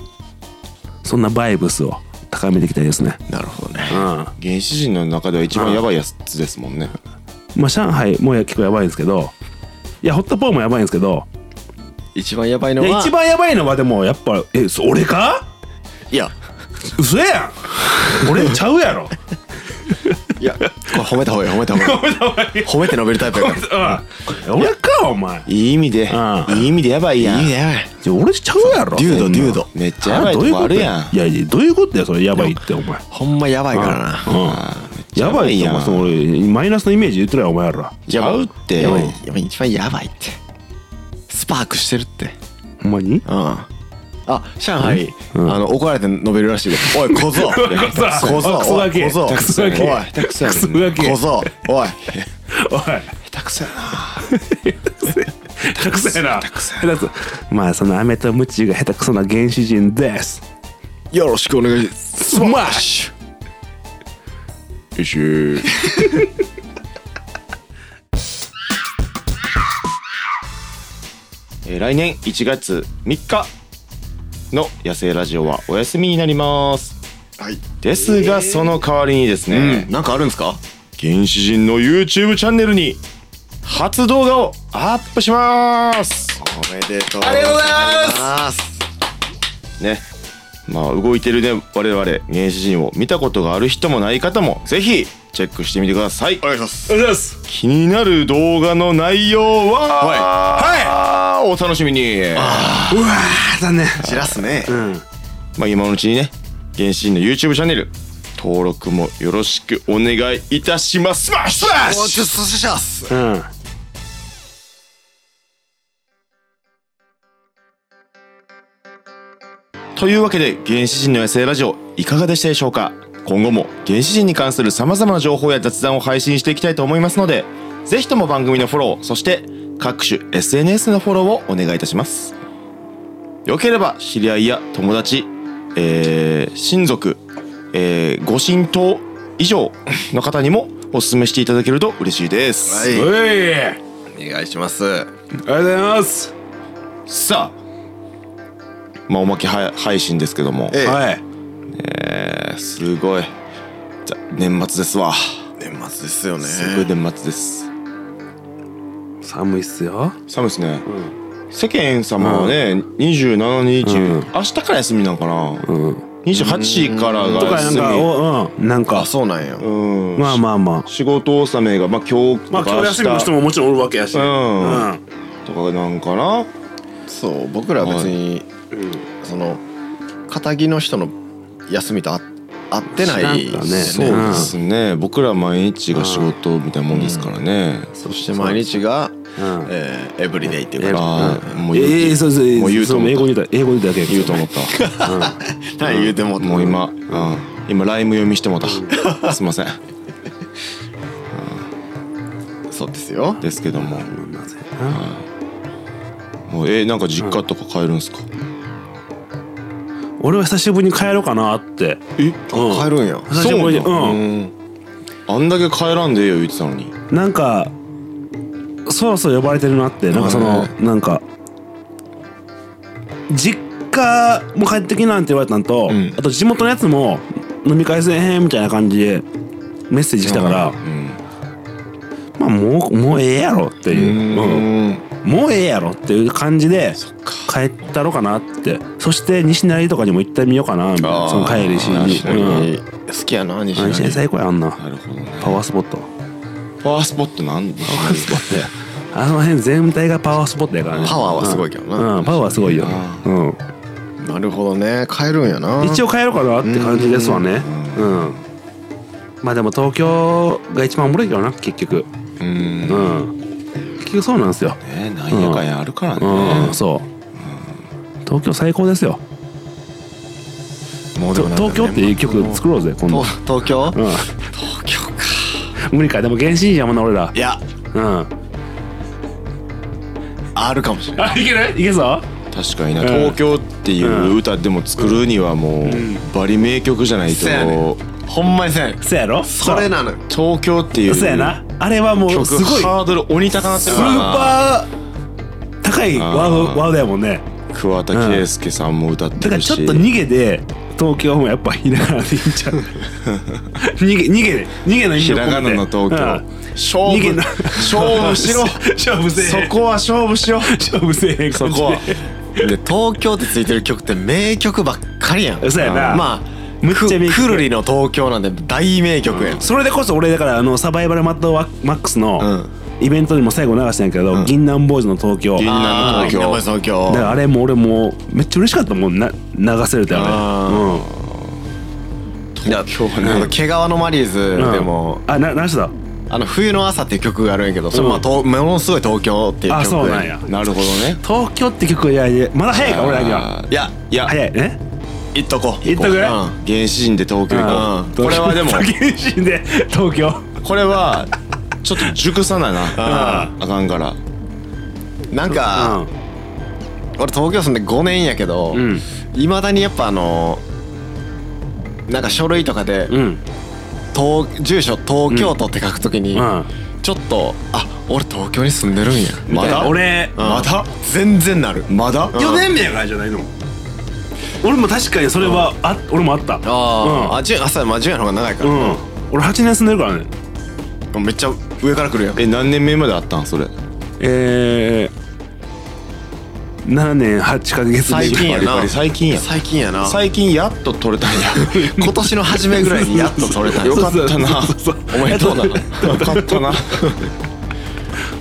Speaker 2: そんなバイブスを高めていきたいですね。
Speaker 1: あなるほどね
Speaker 2: うん
Speaker 4: 原始人の中では一番やばいやつですもんね
Speaker 2: まあ、上海もや結構やばいんですけどいやホットポーもやばいんですけど
Speaker 1: 一番やばい
Speaker 2: い
Speaker 1: の
Speaker 2: や
Speaker 1: は
Speaker 2: 一番やばいのはでもやっぱえそ俺か
Speaker 1: いや
Speaker 2: 嘘やん俺ちゃうや ろ
Speaker 1: いやこれ褒めた方がいい褒めた方がいい褒めて伸びるタイプ やから
Speaker 2: うん俺かお前
Speaker 4: いい意味で
Speaker 2: うん
Speaker 4: いい意味でやばいやん
Speaker 1: いいねやばい
Speaker 2: いや俺ちゃうやろ
Speaker 1: デュード
Speaker 2: そん
Speaker 1: デ
Speaker 2: な
Speaker 1: ュード
Speaker 4: めっちゃやばい
Speaker 2: ど
Speaker 4: と
Speaker 2: ういう
Speaker 4: こ
Speaker 2: こ
Speaker 4: あ
Speaker 2: と
Speaker 4: るや
Speaker 2: や
Speaker 4: ん
Speaker 2: いやいやどういうことやそれやばいってお前
Speaker 1: ほんまやばいからな
Speaker 2: うんやばいやんお前その俺マイナスのイメージ言ってないお前ら
Speaker 4: やばうって
Speaker 1: やばいやばい一番やばいってスパークしてるって
Speaker 2: ほんま
Speaker 1: う
Speaker 2: に
Speaker 1: んあ上海、
Speaker 2: うん
Speaker 1: あの怒られて述べるらしいで「おい小僧小僧
Speaker 2: クソガキ
Speaker 1: おい小僧
Speaker 2: クソガキ
Speaker 1: おい
Speaker 4: たくさんや
Speaker 2: ク
Speaker 4: ね
Speaker 2: ソガキ
Speaker 1: 小僧おい
Speaker 2: おい
Speaker 1: 下手くそやな
Speaker 2: 下手くそやな下手くそまあそのアメとムチが下手くそな原始人です
Speaker 1: よろしくお願いします
Speaker 2: スマッシ
Speaker 4: よしゅ えー来年1月3日の野生ラジオはお休みになります
Speaker 1: はい、
Speaker 4: ですがその代わりにですね、
Speaker 1: うん、なんかあるんですか
Speaker 4: 原始人の YouTube チャンネルに初動画をアップします
Speaker 1: おめでとう
Speaker 4: ありがとうござい
Speaker 1: ます
Speaker 4: ねまあ動いてるね我々原始人を見たことがある人もない方もぜひチェックしてみてください
Speaker 1: お願いします
Speaker 2: おはようございます
Speaker 4: 気になる動画の内容は、はい、お楽しみに
Speaker 2: うわーだね
Speaker 1: 散らすね
Speaker 2: うん
Speaker 4: まあ、今のうちにね原神の YouTube チャンネル登録もよろしくお願いいたしますスマッシュスマッ
Speaker 1: おち
Speaker 4: シ
Speaker 1: ょ
Speaker 4: ュ
Speaker 1: っとします
Speaker 2: うん
Speaker 4: というわけで原始人の野生ラジオいかがでしたでしょうか今後も原始人に関するさまざまな情報や雑談を配信していきたいと思いますのでぜひとも番組のフォローそして各種 SNS のフォローをお願いいたしますよければ知り合いや友達、えー親族、えーご神道以上の方にもお勧めしていただけると嬉しいです、
Speaker 1: はい
Speaker 2: おいあ
Speaker 1: お願いします
Speaker 2: りがとうございます
Speaker 4: さあまあおまけは配信ですけども
Speaker 1: ええ
Speaker 2: はい
Speaker 4: えーすごいじゃ年末ですわ
Speaker 1: 年末ですよね
Speaker 4: すごい年末です
Speaker 2: 寒いっすよ
Speaker 4: 寒いですね、世間様はね、27日、
Speaker 2: うん
Speaker 4: 明日から休みなんかな、
Speaker 2: うん
Speaker 4: 28から
Speaker 2: と
Speaker 4: が
Speaker 2: かなん
Speaker 4: 休
Speaker 2: か
Speaker 4: み
Speaker 2: おうんなん
Speaker 1: あ
Speaker 2: か
Speaker 1: そうなんや
Speaker 4: うん
Speaker 2: まあまあま
Speaker 4: 仕事納めがまあ今日と
Speaker 2: あ
Speaker 4: か
Speaker 2: まあ今日休みの人
Speaker 4: も
Speaker 2: ももちろんおるわけやし
Speaker 4: う、
Speaker 2: うんん
Speaker 4: とかなんかな
Speaker 1: そう僕らは別に、その肩着の人の休みとあ合ってない
Speaker 2: 知らんからね
Speaker 4: そうですね、僕ら毎日が仕事みたいなもんですからね、
Speaker 1: そして毎日が、
Speaker 2: うん
Speaker 1: えーエブリデイっていうか
Speaker 4: ああもう
Speaker 2: ええそうそう
Speaker 4: もう言うと
Speaker 2: そう
Speaker 4: 思った
Speaker 2: 英語に言った英語に言っただけ
Speaker 4: 言うと思った
Speaker 1: 何言うても
Speaker 4: もう今、うん、今ライム読みしてもうたすいません
Speaker 1: そうですよ
Speaker 4: ですけども
Speaker 2: うんなぜな
Speaker 4: もうえーなんか実家とか帰るんすか、
Speaker 2: 俺は久しぶりに帰ろうかなって
Speaker 4: え
Speaker 2: うん
Speaker 1: 帰るんや
Speaker 2: 久しぶりに
Speaker 4: そうな
Speaker 2: うん
Speaker 4: あんだけ帰らんでええよ言ってたのに
Speaker 2: なんかそろそろ呼ばれてるなってなんかそのなんか実家も帰ってきなんて言われたんと、
Speaker 4: ん
Speaker 2: あと地元のやつも飲み会せえへんみたいな感じでメッセージ来たから、
Speaker 4: うん
Speaker 2: まあもうもうええやろっていう、うん
Speaker 4: うん
Speaker 2: もうええやろっていう感じで帰ったろかなってそして西成とかにも行ってみようかなみたい
Speaker 4: あ
Speaker 2: な
Speaker 4: ー
Speaker 2: その帰りしに
Speaker 4: 西成
Speaker 2: うん
Speaker 1: 好きやな西
Speaker 2: 西成
Speaker 1: 成
Speaker 2: 最高やあんな
Speaker 4: なるほどね
Speaker 2: パワースポット
Speaker 4: パワースポットなんで
Speaker 2: パワースポットやあの辺全体がパワースポットやからね
Speaker 1: パワーはすごいけどな
Speaker 2: うんパワーはすごいようん
Speaker 1: なるほどね変えるんやな
Speaker 2: 一応帰ろうかなって感じですわねうん、まあでも東京が一番おもろいけどな結局
Speaker 4: う
Speaker 2: うん
Speaker 4: ね
Speaker 2: ん結局そうなんですよ
Speaker 4: なんやかんやあるから
Speaker 2: うん、
Speaker 4: ね
Speaker 2: そう東京最高ですよ
Speaker 1: もうでもなんかね
Speaker 2: 東京っていう曲作ろうぜ今度
Speaker 1: と、東京
Speaker 2: うん、
Speaker 1: 東京か
Speaker 2: 無理かでも原始人やもんな俺ら
Speaker 1: いや
Speaker 2: うん
Speaker 1: あるかもしれない
Speaker 2: あいけるいけそう
Speaker 4: 確かにな
Speaker 2: うん
Speaker 4: 東京っていう歌でも作るにはもうバリ名曲じゃないと
Speaker 1: せやねほんまにせん
Speaker 2: そやろ
Speaker 1: それなのよ
Speaker 4: 東京っていう
Speaker 2: そうやなあれはもう
Speaker 4: 曲
Speaker 2: すごい
Speaker 4: ハードル鬼高なって
Speaker 2: ス
Speaker 4: るから
Speaker 2: ー
Speaker 4: な
Speaker 2: パー高いワード
Speaker 4: あー
Speaker 2: ワードやもんね
Speaker 4: 桑田佳祐さんも歌って
Speaker 2: だから
Speaker 4: るし
Speaker 2: ちょっと逃げで東京もやっぱひらがなでいいん ちゃう逃げ逃げで逃げの意味
Speaker 4: ひ
Speaker 2: を込め
Speaker 4: ら
Speaker 2: て
Speaker 4: がなの東京勝
Speaker 2: うん、逃げ
Speaker 4: 負
Speaker 2: な
Speaker 4: 勝負しろ
Speaker 2: 勝負せえへん
Speaker 4: そこは勝負しろ
Speaker 2: 勝負せえへん
Speaker 4: そ
Speaker 2: 感じで
Speaker 4: こは
Speaker 1: で東京ってついてる曲って名曲ばっかりやん
Speaker 2: そうやな
Speaker 1: まあ
Speaker 2: むっちゃ名曲
Speaker 1: くるりの東京なんて大名曲やん
Speaker 2: それでこそ俺だからあのサバイバルマッドワマックスの
Speaker 1: ん
Speaker 2: イベントにも最後流したんやけど、銀杏ボーイズの東京
Speaker 4: 銀杏
Speaker 2: だ
Speaker 1: あー
Speaker 4: みんなの
Speaker 1: 東
Speaker 2: か
Speaker 1: 京
Speaker 2: らあれも俺もうめっちゃ嬉しかったもんな流せるってあ
Speaker 1: あ
Speaker 2: れうん
Speaker 4: 東京は
Speaker 1: なんか
Speaker 4: ね
Speaker 1: 毛皮のマリーズ
Speaker 2: うん
Speaker 1: でも
Speaker 2: あな何してた
Speaker 1: あの冬の朝っていう曲があるんやけどそれ
Speaker 2: うん
Speaker 1: まあとものすごい東京っていう曲
Speaker 2: あそうなんや
Speaker 4: なるほどね
Speaker 2: 東京って曲はいやいやまだ早いか俺らに
Speaker 4: あ
Speaker 2: は
Speaker 4: ー
Speaker 1: いや
Speaker 4: いや
Speaker 2: 早いね
Speaker 1: いっとこ
Speaker 2: いっとく
Speaker 1: うん
Speaker 4: 原始人で東京行こうこれは でも
Speaker 2: 原神で東京
Speaker 4: これはちょっと熟さななあかんから
Speaker 1: なんか俺東京住んで5年やけど
Speaker 2: うん
Speaker 1: いまだにやっぱあのなんか書類とかで
Speaker 2: うんうん
Speaker 1: 東住所東京都って書くときに
Speaker 2: うん
Speaker 1: ちょっとあ俺東京に住んでるんや
Speaker 4: まだ
Speaker 2: 俺
Speaker 1: うん
Speaker 4: まだ
Speaker 1: 全然なる
Speaker 4: まだ
Speaker 1: ん
Speaker 2: 4年目やからじゃないの俺も確かにそれはあ俺もあった
Speaker 1: あーあじゅんあそうやまあ順やの方が長いか
Speaker 2: う
Speaker 1: ら
Speaker 2: ん俺8年住んでるからね
Speaker 1: もうめっちゃ上から来るやん
Speaker 4: え何年目まであったんそれ
Speaker 2: えー、7年8ヶ月
Speaker 1: 最近や
Speaker 4: バリバ
Speaker 1: な
Speaker 4: リ最近や
Speaker 1: 最近やな
Speaker 4: 最近やっと取れたんや
Speaker 1: 今年の初めぐらいにやっと取れたんや
Speaker 4: よかったな
Speaker 2: そうそう
Speaker 4: おめでとうだなよかったな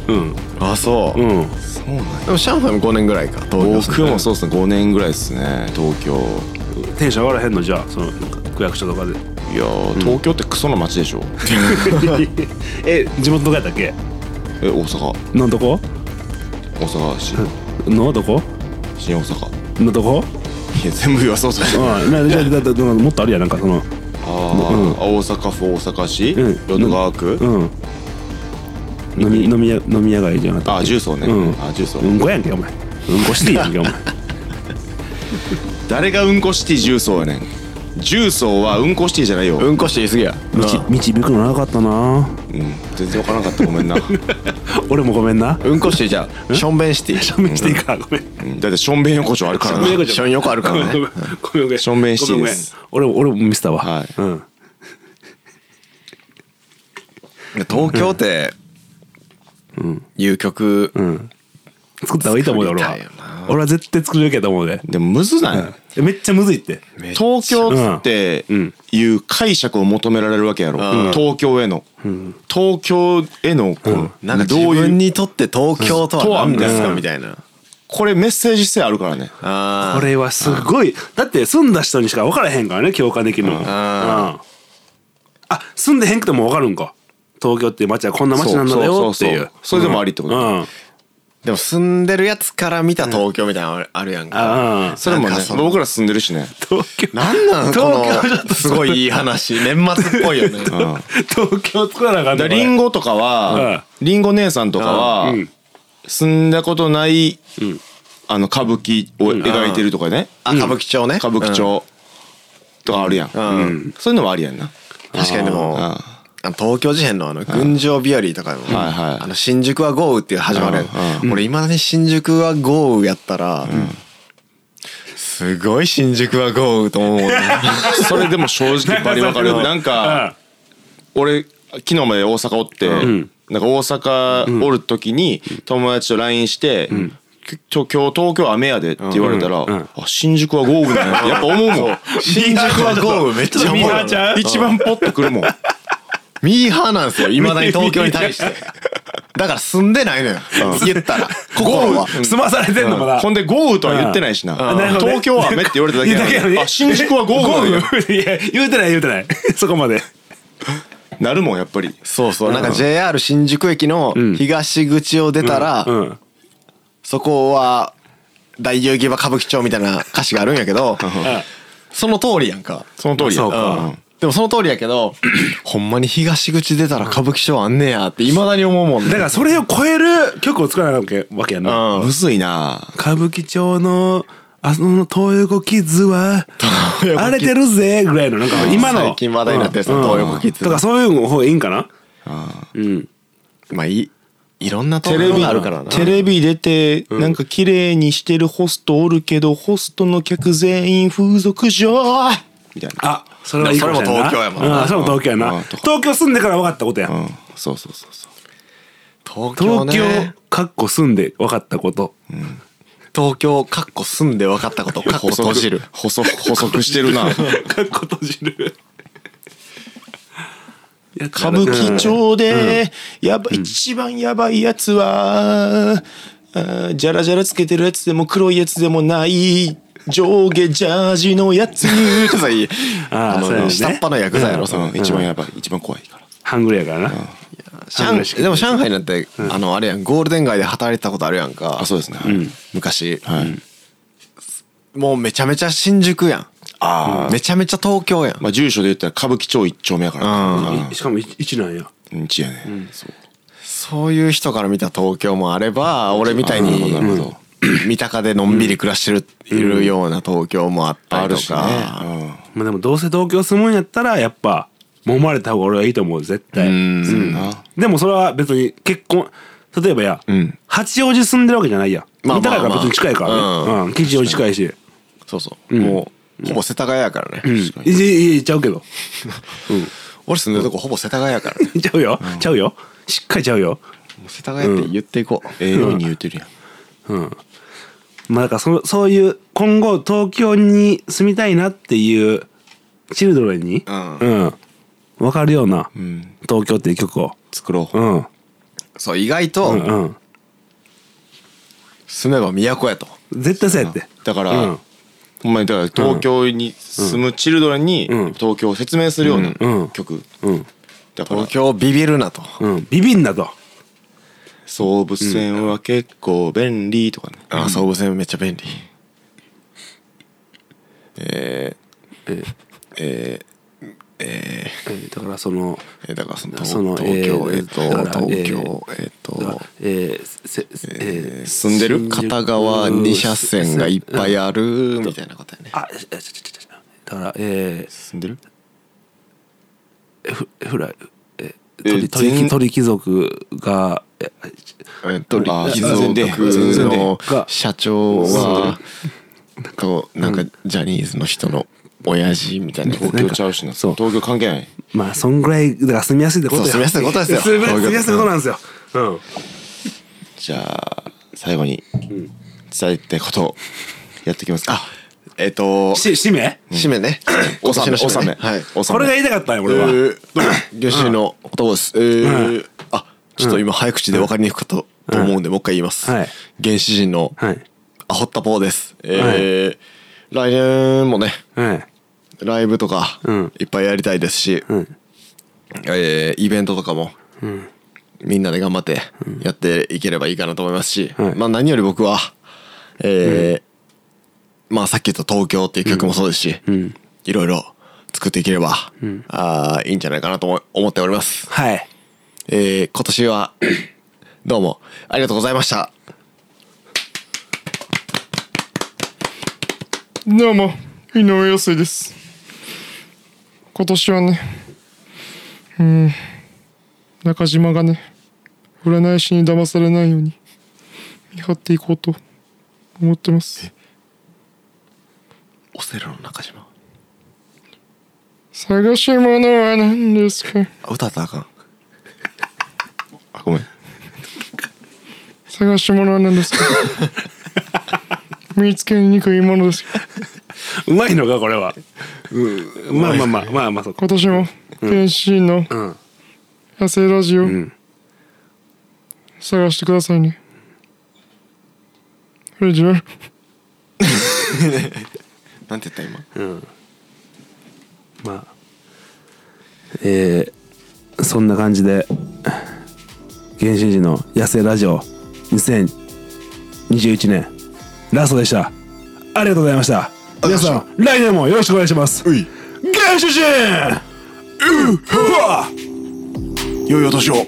Speaker 2: うん
Speaker 1: あそう
Speaker 2: うん
Speaker 4: そうなんや
Speaker 1: でも上海も5年ぐらいか東京
Speaker 4: 僕もそうっすね5年ぐらいっすね東京
Speaker 2: テンション上がらへんのじゃあそのなんか区役所とか で
Speaker 4: いやー東京ってクソな街でしょ
Speaker 2: え地元どこやったっけ
Speaker 4: え大阪
Speaker 2: のどこ
Speaker 4: 大阪市
Speaker 2: のどこ
Speaker 4: 新大阪
Speaker 2: のどこ
Speaker 4: いや全部言わそうとしてあ
Speaker 2: うんなじゃあだだだもっとあるやんなんかその
Speaker 4: ー、あ大阪府大阪市、
Speaker 2: うん
Speaker 4: 淀川区、
Speaker 2: うん飲み飲み屋飲み屋街じゃなかっ
Speaker 4: あ
Speaker 2: た
Speaker 4: あ重曹ね、
Speaker 2: うん
Speaker 4: あ重曹、
Speaker 2: うんこやんけお前うんこしていいやんけお前
Speaker 4: 誰がうんこシティ重曹やねん重曹はうんこシティじゃないよ、
Speaker 1: うんこして言い過ぎや
Speaker 2: 道導くの長かったな
Speaker 4: うん全然わからなかった ごめんな、う
Speaker 2: 俺もごめんな
Speaker 1: うんこしてじゃあションベンシティ ション
Speaker 2: 勘弁していいかごめん
Speaker 4: んだってしょんべん横丁あるからな
Speaker 2: しょんべん横
Speaker 1: ション横あるか
Speaker 2: ごめん
Speaker 1: ら
Speaker 2: ご
Speaker 1: ね
Speaker 2: めんごめんごめん
Speaker 4: 正面していいです
Speaker 2: ごめんごめん俺も俺も見せたわ
Speaker 4: はい
Speaker 2: うん
Speaker 1: 東京っていう曲
Speaker 2: うん作った方がいいと思うよ俺は
Speaker 1: 作りたいよ
Speaker 2: 俺は絶対作るべきやと思うで
Speaker 4: でもむずない、
Speaker 2: めっちゃむずいって
Speaker 4: 東京っていう解釈を求められるわけやろ、東京への、東京へのこの、
Speaker 1: なんか
Speaker 4: ど
Speaker 1: 自
Speaker 4: ういう
Speaker 1: 分にとって東京と
Speaker 4: とは
Speaker 1: は何です
Speaker 4: う
Speaker 1: か
Speaker 4: ん
Speaker 1: みたいな
Speaker 4: これメッセージ性あるからね
Speaker 1: あ
Speaker 2: これはすごいだって住んだ人にしか分からへんからね共感できるのうんあ住んでへんくても分かるんか東京っていう街はこんな街なんだよっていう
Speaker 4: それでもありってこ
Speaker 2: う
Speaker 4: と、
Speaker 2: んあ
Speaker 1: ーでも住んでるやつから見た東京みたいなのあるやんか
Speaker 2: あ
Speaker 4: それもね
Speaker 1: なんかその
Speaker 4: 僕ら住んでるしね
Speaker 2: 東京
Speaker 1: なんなんこ
Speaker 2: 東京ちょっ
Speaker 1: のすごいいい話年末っぽいよね
Speaker 2: 東京作らなあかん
Speaker 4: だ
Speaker 2: ね
Speaker 4: からリンゴとかは、リンゴ姉さんとかは、
Speaker 2: うん
Speaker 4: 住んだことない、あの歌舞伎を描いてるとかね、
Speaker 1: あ歌舞伎町ね
Speaker 4: 歌舞伎町とかあるやん、
Speaker 1: うん
Speaker 4: うんそういうのもありやん な、
Speaker 1: 確かにでも
Speaker 4: うん
Speaker 1: あの東京事変のあの群青日和とかでも、
Speaker 4: はいはい
Speaker 1: あの新宿は豪雨っていう始まるやん
Speaker 4: うん
Speaker 1: 俺いまだに新宿は豪雨やったら、すごい新宿は豪雨と思うもんね
Speaker 4: それ でも正直バリわかる
Speaker 2: なんか
Speaker 4: なんか俺昨日まで大阪おって、
Speaker 2: ん
Speaker 4: なんか大阪おる時に友達と LINE して、きょ今日東京雨やでって言われた
Speaker 2: う
Speaker 4: ら、
Speaker 2: んうん
Speaker 4: あ新宿は豪雨なんやってやっぱ思 うもん
Speaker 1: 新宿は豪雨めっちゃ
Speaker 2: ミーハー
Speaker 1: 重い
Speaker 2: ちゃう
Speaker 4: 一番ポッとくるもん
Speaker 1: ミーハーなんですよいまだに東京に対してだから住んでないのよ言ったら心は
Speaker 2: 済まされてんのまだ
Speaker 4: ほんで豪雨とは言ってないしな
Speaker 2: あなるほどね
Speaker 4: 東京は雨って言われただけなのに
Speaker 2: やね
Speaker 4: あ新宿は豪雨なんや
Speaker 2: 豪雨いや言うてない言うてないそこまで
Speaker 4: なるもんやっぱり
Speaker 1: そうそうなんか JR 新宿駅の東口を出たら、
Speaker 2: うん
Speaker 1: そこは大遊戯場歌舞伎町みたいな歌詞があるんやけどその通りやんか
Speaker 4: その通りや
Speaker 2: そうか
Speaker 4: うん
Speaker 1: でもその通りやけどほんまに東口出たら歌舞伎町あんねやっていまだに思うもんね
Speaker 2: だからそれを超える曲を作らなきゃわけやんな
Speaker 1: うん
Speaker 4: むずいな
Speaker 2: 歌舞伎町のあの東横キッズは
Speaker 1: 横
Speaker 2: 荒れてるぜぐらいのなんか今の
Speaker 1: 最近話題になってるその東横キッズ
Speaker 2: とかそういう方がいいんかなうん
Speaker 1: まあいいろんなとこ
Speaker 4: テレ
Speaker 1: ろ
Speaker 4: ビ
Speaker 1: があるからな
Speaker 4: テレビ出てなんか綺麗にしてるホストおるけどホストの客全員風俗嬢みたいな
Speaker 2: あそれはいいかしれ
Speaker 1: そ
Speaker 2: んな
Speaker 1: れも東京やもんな
Speaker 2: うんそれも東京や
Speaker 4: う
Speaker 2: なん
Speaker 4: とか
Speaker 2: 東京住んでから分かったことや
Speaker 4: うんそうそうそうそう
Speaker 1: 東京
Speaker 2: 東京
Speaker 1: ね
Speaker 2: かっこ住んで分かったこと
Speaker 1: 東京かっこ住んで分かったことかっこ閉じる
Speaker 4: 補足補足してるな
Speaker 2: かっこ閉じ るいや
Speaker 4: 歌舞伎町でやばい一番やばいやつはあーじゃらじゃらつけてるやつでも黒いやつでもない上下ジャージのや つ
Speaker 1: そういい
Speaker 2: あー
Speaker 1: あ
Speaker 2: そうや
Speaker 1: の
Speaker 2: ね
Speaker 1: 下っ端のヤクザやろその
Speaker 4: うん一番やばい一番怖いから
Speaker 2: ハングルやからな
Speaker 1: 上海でも上海なんて、あのあれやんゴールデン街で働いてたことあるやんか
Speaker 4: あそうですね
Speaker 1: 昔、
Speaker 4: はい
Speaker 1: もうめちゃめちゃ新宿やん
Speaker 4: ああ
Speaker 1: めちゃめちゃ東京やん
Speaker 4: まあ住所で言ったら歌舞伎町一丁目やから
Speaker 2: いしかも一なんや
Speaker 4: うん一やねそう
Speaker 1: そういう人から見た東京もあれば俺みたい
Speaker 4: あー
Speaker 1: に
Speaker 4: なるほど
Speaker 1: 三鷹でのんびり暮らしてるいるような東京もあった
Speaker 4: あ
Speaker 1: り
Speaker 4: る
Speaker 1: と
Speaker 4: し
Speaker 1: か、
Speaker 4: ね
Speaker 2: まあでもどうせ東京住むんやったらやっぱ揉まれた方が俺はいいと思う絶対うんでもそれは別に結婚例えばや、八王子住んでるわけじゃないや
Speaker 1: まあ
Speaker 2: 三
Speaker 1: まあま
Speaker 2: 鷹
Speaker 1: あ
Speaker 2: から別に近いからね、
Speaker 1: うん
Speaker 2: うん、吉祥寺近いし、
Speaker 1: そうそう、もうほぼ世田谷やからね、
Speaker 2: うん、いいいいちゃうけど
Speaker 1: 俺住んでるとこほぼ世田谷やからね
Speaker 2: ちゃうよ、ちゃうよしっかりちゃうよ
Speaker 1: もう世田谷って言っていこう、
Speaker 4: ええように言うてるやん
Speaker 2: まあだからそそういう今後東京に住みたいなっていうチルドレンに
Speaker 1: うん
Speaker 2: うん、分かるような、
Speaker 4: ん
Speaker 2: 東京っていう曲を
Speaker 4: 作ろ
Speaker 2: う
Speaker 4: うん
Speaker 2: うん
Speaker 1: そう意外
Speaker 2: うん
Speaker 1: と住めば都やと、
Speaker 2: 絶対そうやって
Speaker 4: だか
Speaker 2: う
Speaker 4: ら
Speaker 2: ん
Speaker 4: ほんまにだから東京に住むチルドレンに
Speaker 2: うん
Speaker 4: 東京を説明するような
Speaker 2: うん
Speaker 4: 曲
Speaker 2: うん
Speaker 4: だから
Speaker 1: 東京ビビるなと
Speaker 2: うんビビんなと
Speaker 4: 総武線は結構便利とかね
Speaker 1: あ総武線めっちゃ便利え
Speaker 2: えーだからその
Speaker 1: ー、えーだからその
Speaker 2: その
Speaker 1: 東東京
Speaker 2: え
Speaker 1: え
Speaker 2: ー
Speaker 1: っ、と
Speaker 2: だから
Speaker 1: 東京えっ、
Speaker 2: だから
Speaker 1: と
Speaker 2: えーせせえー
Speaker 4: 住んでる
Speaker 1: 片側2車線がいっぱいあるみたいなことやね
Speaker 2: あえちょちょちょちょだからえ
Speaker 4: 住んでる
Speaker 2: ーフフライえ
Speaker 4: え
Speaker 2: 鳥鳥
Speaker 4: 全
Speaker 2: 鳥貴族がえ
Speaker 1: えっと
Speaker 4: あー
Speaker 1: 貴族
Speaker 4: 全然全然
Speaker 1: の
Speaker 2: が
Speaker 1: 社長はこうなんかジャニーズの人の親父みたいな
Speaker 4: 東京ちゃうしな
Speaker 2: そう
Speaker 4: 東京関係ない
Speaker 2: まあそんぐらいだから住みやすいってこと
Speaker 1: そう住みやすいことですよ
Speaker 2: 住み住みやすいことなんですようん
Speaker 4: じゃあ最後に伝えたいことをやっていきますか
Speaker 1: えっ、と
Speaker 2: し締め
Speaker 1: 締めね
Speaker 4: おさめ
Speaker 1: 今年の
Speaker 4: おさめ
Speaker 1: はい
Speaker 4: おさ
Speaker 2: これが言いたかったんよ俺は
Speaker 1: 漁師の男です。えーあ、ちょっと今早口で分かりにくかったと思うんで、もう一回言います。
Speaker 2: はい
Speaker 1: 原始人の
Speaker 2: はい
Speaker 1: アホったぽうです。えー来年もね、
Speaker 2: はい
Speaker 1: ライブとか
Speaker 2: うん
Speaker 1: いっぱいやりたいですし、
Speaker 2: うん
Speaker 1: えーイベントとかも
Speaker 2: うん
Speaker 1: みんなで頑張ってやっていければいいかなと思いますし、
Speaker 2: はい
Speaker 1: まあ何より僕は、えーまあさっき言った東京っていう曲もそうですし、
Speaker 2: うん
Speaker 1: いろいろ作っていければ、あーいいんじゃないかなと思思っております。
Speaker 2: はい
Speaker 1: えー今年 はどうもありがとうございました。
Speaker 3: どうも、井上陽水です。今年はね、うん、中島がね、占い師に騙されないように、見張っていこうと思ってます。
Speaker 1: オセロの中島。
Speaker 3: 探し物は何ですか
Speaker 1: あ歌ったらあかん。
Speaker 4: あごめん
Speaker 3: 探し物は何ですか見つけにくいものですよ
Speaker 2: うまいのかこれは、うん、まあまあまあまあまあそうか
Speaker 3: 今年も天使の
Speaker 2: うん
Speaker 3: 野生ラジオ
Speaker 2: ん
Speaker 3: 探してくださいねフレジュ
Speaker 1: なんて言った今
Speaker 2: まあえー、そんな感じで原始人の野生ラジオ2021年ラストでしたありがとうございました皆さん来年もよろしくお願いします
Speaker 1: うい
Speaker 2: 原始人うっは
Speaker 1: 良いお年を